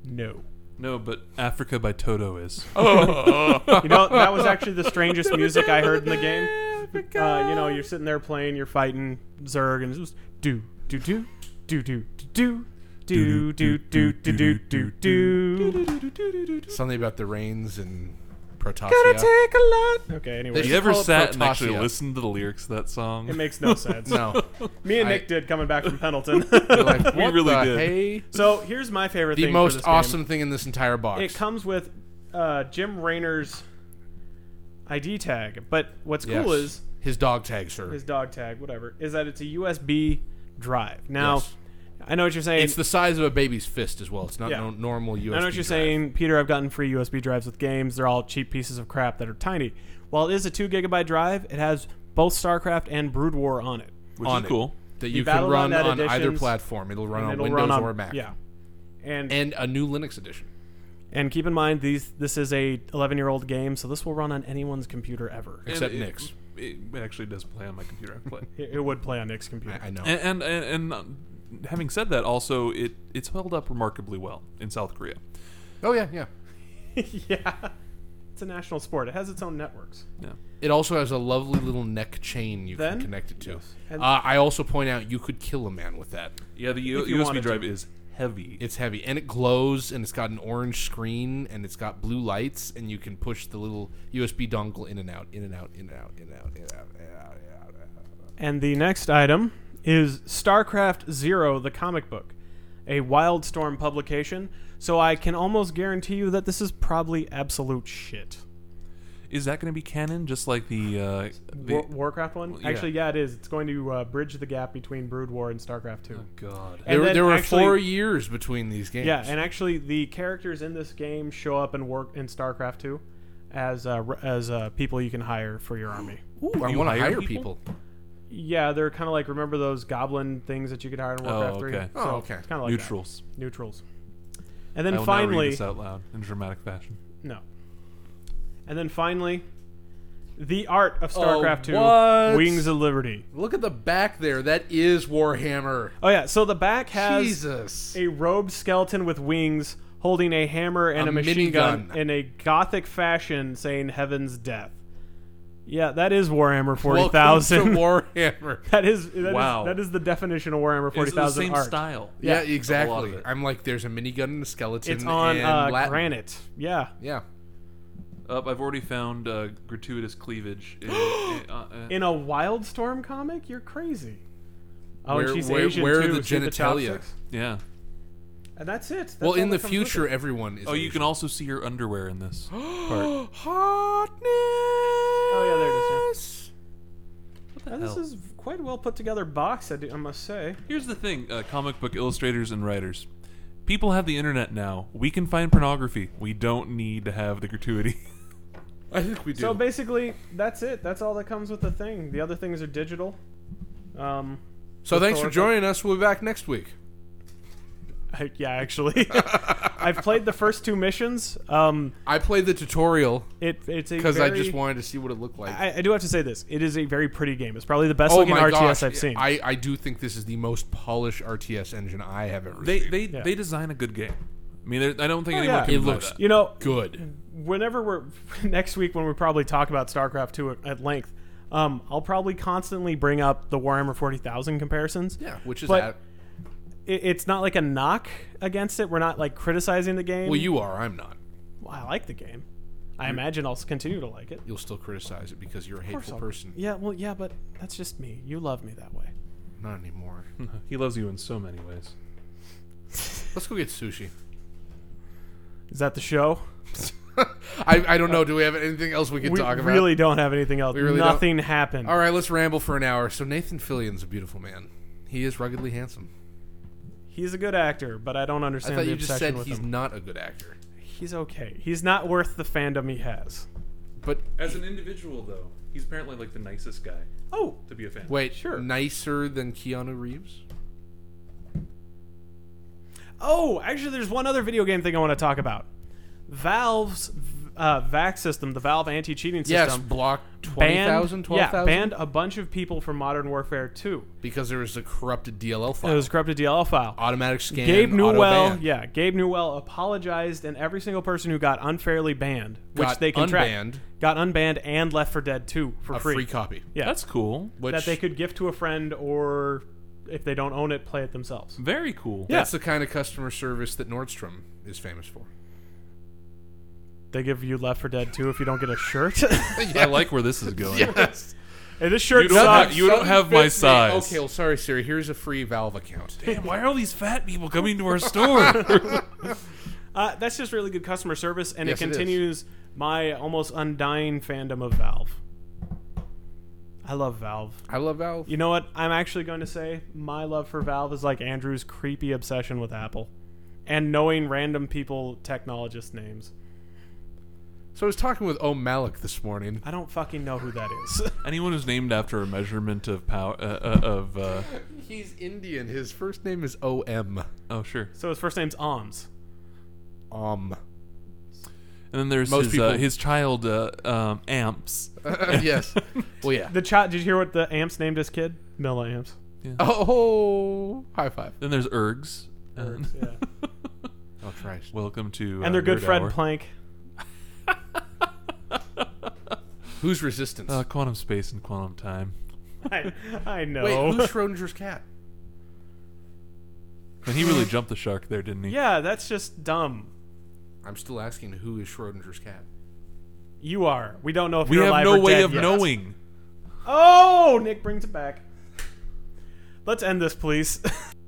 Speaker 4: No.
Speaker 2: No, but Africa by Toto is.
Speaker 4: Oh, You know that was actually the strangest music I heard in the game. Uh, you know, you're sitting there playing, you're fighting Zerg, and it's just do do do do do do do do do do do do do do.
Speaker 3: Something about the rains and Protasia.
Speaker 4: Take a lot. Okay.
Speaker 3: They
Speaker 2: Have
Speaker 4: Anyway,
Speaker 2: you
Speaker 3: should
Speaker 2: ever
Speaker 3: call it
Speaker 2: sat and actually
Speaker 3: Protasia.
Speaker 2: listened to the lyrics to that song?
Speaker 4: it makes no sense.
Speaker 3: No.
Speaker 4: Me and
Speaker 3: I-
Speaker 4: Nick did coming back from Pendleton.
Speaker 3: You're like,
Speaker 2: We
Speaker 3: what
Speaker 2: really
Speaker 3: the
Speaker 2: did.
Speaker 3: hey?
Speaker 4: so here's my favorite
Speaker 3: The
Speaker 4: thing. for
Speaker 3: most
Speaker 4: this game.
Speaker 3: awesome thing in this entire box.
Speaker 4: It comes with uh, Jim Raynor's ID tag, but what's
Speaker 3: Yes.
Speaker 4: cool is
Speaker 3: his dog tag, sir.
Speaker 4: his dog tag, whatever, is that it's a USB drive. Now,
Speaker 3: Yes.
Speaker 4: I know what you're saying.
Speaker 3: it's the size of a baby's fist as well. It's not
Speaker 4: Yeah.
Speaker 3: no normal USB.
Speaker 4: I know what you're
Speaker 3: drive.
Speaker 4: saying, Peter. I've gotten free USB drives with games. They're all cheap pieces of crap that are tiny. While it is a two gigabyte drive, it has both StarCraft and Brood War on it.
Speaker 2: which
Speaker 3: on
Speaker 2: is
Speaker 3: it.
Speaker 2: cool.
Speaker 3: That you can
Speaker 4: Battle
Speaker 3: run
Speaker 4: Net
Speaker 3: on either
Speaker 4: editions,
Speaker 3: platform. It'll run
Speaker 4: and
Speaker 3: on
Speaker 4: it'll
Speaker 3: Windows
Speaker 4: run on
Speaker 3: or Mac.
Speaker 4: Yeah. And, and
Speaker 3: And a new Linux edition.
Speaker 4: keep in mind these this is a 11 year old game, so this will run on anyone's computer ever. It,
Speaker 3: Except
Speaker 2: And it-
Speaker 3: Nick's.
Speaker 2: It, it actually does play on my computer. I play.
Speaker 4: it would play on Nick's computer.
Speaker 3: I, I know.
Speaker 2: and and, and, and uh, having said that, also it it's held up remarkably well in South Korea.
Speaker 3: oh yeah, yeah.
Speaker 4: yeah. It's a national sport. It has its own networks.
Speaker 2: Yeah.
Speaker 3: It also has a lovely little neck chain you
Speaker 4: Then-
Speaker 3: can connect it to.
Speaker 4: And-
Speaker 3: Uh, I also point out you could kill a man with that.
Speaker 2: Yeah, the U-
Speaker 4: If you wanted
Speaker 2: USB drive
Speaker 4: to.
Speaker 2: is heavy.
Speaker 3: It's heavy and it glows and it's got an orange screen and it's got blue lights and you can push the little USB dongle in and out, in and out, in and out, in and out, in and out, in and out. In and out.
Speaker 4: And the next item is StarCraft Zero, the comic book, a Wildstorm publication. So I can almost guarantee you that this is probably absolute shit.
Speaker 2: is that going to be canon, just like the, uh, the
Speaker 4: War- Warcraft one?
Speaker 2: yeah.
Speaker 4: Actually, yeah, it is. It's going to uh, bridge the gap between Brood War and StarCraft Two.
Speaker 2: Oh, God?
Speaker 4: And
Speaker 3: there
Speaker 4: then
Speaker 3: there were
Speaker 4: actually-
Speaker 3: four years between these games.
Speaker 4: Yeah, and actually, the characters in this game show up and work in StarCraft Two as uh, re- as uh, people you can hire for your army.
Speaker 3: Ooh, I
Speaker 2: you
Speaker 3: want to
Speaker 2: hire
Speaker 3: hire
Speaker 2: people?
Speaker 3: people.
Speaker 4: Yeah, they're kind of like remember those goblin things that you could hire in Warcraft
Speaker 2: Oh,
Speaker 4: 3?
Speaker 2: okay.
Speaker 3: Oh, okay.
Speaker 4: It's kind of like that.
Speaker 2: Neutrals.
Speaker 4: neutrals. And
Speaker 2: I
Speaker 4: then
Speaker 2: will now read
Speaker 4: finally,
Speaker 2: this out loud in dramatic fashion.
Speaker 4: no. And then finally, the art of StarCraft Two:
Speaker 3: what?
Speaker 4: Wings of Liberty.
Speaker 3: Look at the back there. That is Warhammer.
Speaker 4: Oh yeah, so the back has
Speaker 3: Jesus.
Speaker 4: a robed skeleton with wings holding a hammer and a,
Speaker 3: A
Speaker 4: machine gun
Speaker 3: minigun.
Speaker 4: in a gothic fashion saying heaven's death. Yeah, that is Warhammer
Speaker 3: Welcome
Speaker 4: 40,000.
Speaker 3: to Warhammer.
Speaker 4: that is that is-
Speaker 2: Wow.
Speaker 4: that is the definition of Warhammer
Speaker 2: It's the
Speaker 4: 40,000
Speaker 2: same
Speaker 4: art.
Speaker 2: style.
Speaker 3: Yeah,
Speaker 2: A lot of
Speaker 3: exactly.
Speaker 2: it.
Speaker 3: I'm like, there's a minigun and a skeleton.
Speaker 4: It's on
Speaker 3: and
Speaker 4: uh,
Speaker 3: Latin.
Speaker 4: granite. Yeah.
Speaker 3: Yeah.
Speaker 2: Up, I've already found uh, gratuitous cleavage. in- in- uh, uh,
Speaker 4: In a Wildstorm comic? You're crazy. Oh,
Speaker 3: Where-
Speaker 4: and she's
Speaker 3: where-
Speaker 4: Asian
Speaker 3: where are
Speaker 4: too.
Speaker 3: the
Speaker 4: She's in top
Speaker 3: genitalia?
Speaker 4: six.
Speaker 2: yeah.
Speaker 4: and that's it. That's
Speaker 3: well,
Speaker 4: all
Speaker 3: in
Speaker 4: that
Speaker 3: the
Speaker 4: comes with
Speaker 3: future,
Speaker 4: it.
Speaker 3: everyone is.
Speaker 2: Oh, you can also see your underwear in this part.
Speaker 3: Hotness. Oh
Speaker 4: yeah, there it
Speaker 3: is.
Speaker 4: Now, this
Speaker 2: hell?
Speaker 4: is quite a well put together box, I, do, I must say.
Speaker 2: Here's the thing, uh, comic book illustrators and writers. People have the internet now. We can find pornography. We don't need to have the gratuity.
Speaker 3: I think we do.
Speaker 4: So basically, that's it. That's all that comes with the thing. The other things are digital. Um,
Speaker 3: so thanks for joining us. We'll be back next week.
Speaker 4: I, yeah, actually, I've played the first two missions. Um,
Speaker 3: I played the tutorial
Speaker 4: it it's a
Speaker 3: because
Speaker 4: very,
Speaker 3: I just wanted to see what it looked like.
Speaker 4: I, I do have to say this. It is a very pretty game. It's probably the best
Speaker 3: oh
Speaker 4: looking
Speaker 3: my
Speaker 4: RTS
Speaker 3: gosh!
Speaker 4: I've seen.
Speaker 3: I, I do think this is the most polished RTS engine I have ever.
Speaker 2: They
Speaker 3: seen.
Speaker 2: they they design a good game. I mean, there- I don't think anyone
Speaker 4: Oh, yeah.
Speaker 2: can
Speaker 4: It
Speaker 2: deny
Speaker 3: looks-
Speaker 2: that.
Speaker 4: you know, Mm.
Speaker 3: good.
Speaker 4: whenever we're next week when we probably talk about StarCraft two at, at length, um, I'll probably constantly bring up the Warhammer forty thousand comparisons.
Speaker 3: Yeah, which is
Speaker 4: But-
Speaker 3: at,
Speaker 4: It, it's not like a knock against it. We're not like criticizing the game.
Speaker 3: well, you are. I'm not.
Speaker 4: Well, I like the game. I imagine I'll s- continue to like it.
Speaker 3: You'll still criticize it because you're a hateful
Speaker 4: I'll-
Speaker 3: person.
Speaker 4: Yeah, well, yeah, but that's just me. You love me that way.
Speaker 3: Not anymore.
Speaker 2: He loves you in so many ways.
Speaker 3: Let's go get sushi.
Speaker 4: Is that the show?
Speaker 3: I, I don't know. Do we have anything else we could
Speaker 4: Uh, we
Speaker 3: talk about?
Speaker 4: really don't have anything else.
Speaker 3: We really don't.
Speaker 4: Nothing happened.
Speaker 3: All right, let's ramble for an hour. So Nathan Fillion's a beautiful man. He is ruggedly handsome.
Speaker 4: He's a good actor, but I don't
Speaker 3: I
Speaker 4: understand
Speaker 3: thought
Speaker 4: the
Speaker 3: you just
Speaker 4: obsession
Speaker 3: said
Speaker 4: with
Speaker 3: he's
Speaker 4: him.
Speaker 3: not a good actor.
Speaker 4: He's okay. He's not worth the fandom he has.
Speaker 3: But
Speaker 2: As an individual, though, he's apparently like the nicest guy
Speaker 4: Oh,
Speaker 2: to be a fan.
Speaker 3: wait,
Speaker 4: Sure.
Speaker 3: nicer than Keanu Reeves?
Speaker 4: Oh, actually, there's one other video game thing I want to talk about. Valve's uh, VAC system, the Valve anti-cheating
Speaker 3: Yes,
Speaker 4: system,
Speaker 3: block
Speaker 4: banned
Speaker 3: 20,000,
Speaker 4: yeah
Speaker 3: 12,000
Speaker 4: banned a bunch of people from Modern Warfare 2.
Speaker 3: because there was a corrupted DLL
Speaker 4: It
Speaker 3: file.
Speaker 4: was a corrupted DLL file.
Speaker 3: automatic scan.
Speaker 4: Gabe Newell,
Speaker 3: auto-ban.
Speaker 4: yeah, Gabe Newell apologized, and every single person who got unfairly banned, which
Speaker 3: Got
Speaker 4: they can
Speaker 3: unbanned.
Speaker 4: track, got unbanned and Left for Dead 2 for
Speaker 3: a
Speaker 4: free,
Speaker 3: free, copy.
Speaker 4: Yeah.
Speaker 2: That's cool.
Speaker 3: Which
Speaker 4: that they could gift to a friend or if they don't own it, play it themselves.
Speaker 2: Very cool.
Speaker 4: Yeah.
Speaker 3: That's the kind of customer service that Nordstrom is famous for.
Speaker 4: They give you Left for Dead 2 if you don't get a shirt.
Speaker 2: I like where this is going.
Speaker 3: Yes.
Speaker 4: hey, this shirt
Speaker 2: You don't
Speaker 4: sucks.
Speaker 2: have- you don't have my size.
Speaker 3: Okay, well, sorry, Siri. Here's a free Valve account.
Speaker 2: Damn, why are all these fat people coming to our store?
Speaker 4: Uh, that's just really good customer service, and
Speaker 3: Yes,
Speaker 4: it
Speaker 3: it is.
Speaker 4: continues my almost undying fandom of Valve. I love Valve.
Speaker 3: I love Valve.
Speaker 4: You know what? I'm actually going to say my love for Valve is like Andrew's creepy obsession with Apple and knowing random people, technologist names.
Speaker 3: So I was talking with O Malik this morning.
Speaker 4: I don't fucking know who that is.
Speaker 2: Anyone who's named after a measurement of power uh, uh, of uh,
Speaker 3: He's Indian. His first name is O M.
Speaker 2: oh sure,
Speaker 4: so his first name's Oms.
Speaker 3: Um.
Speaker 2: and then there's
Speaker 3: Most
Speaker 2: his, uh,
Speaker 3: people-
Speaker 2: his child uh, um, amps.
Speaker 3: yes. Well, yeah.
Speaker 4: The child. Did you hear what the Amps named his kid? Milla Amps.
Speaker 3: Oh, high five.
Speaker 2: Then there's ergs. And
Speaker 4: Ergs, yeah.
Speaker 3: Oh, Christ.
Speaker 2: welcome to uh,
Speaker 4: And their good
Speaker 2: Nerd
Speaker 4: friend
Speaker 2: Hour.
Speaker 4: Plank.
Speaker 3: Who's Resistance?
Speaker 2: uh, quantum space and quantum time.
Speaker 4: I, I know.
Speaker 3: Wait, who's Schrodinger's cat?
Speaker 2: And he really jumped the shark there, didn't he?
Speaker 4: yeah, that's just dumb.
Speaker 3: I'm still asking who is Schrodinger's cat.
Speaker 4: You are. We don't know if
Speaker 2: We
Speaker 4: you're
Speaker 2: have
Speaker 4: alive
Speaker 2: no
Speaker 4: or
Speaker 2: way
Speaker 4: dead
Speaker 2: of
Speaker 4: yet.
Speaker 2: knowing.
Speaker 4: Oh, Nick brings it back. Let's end this, please.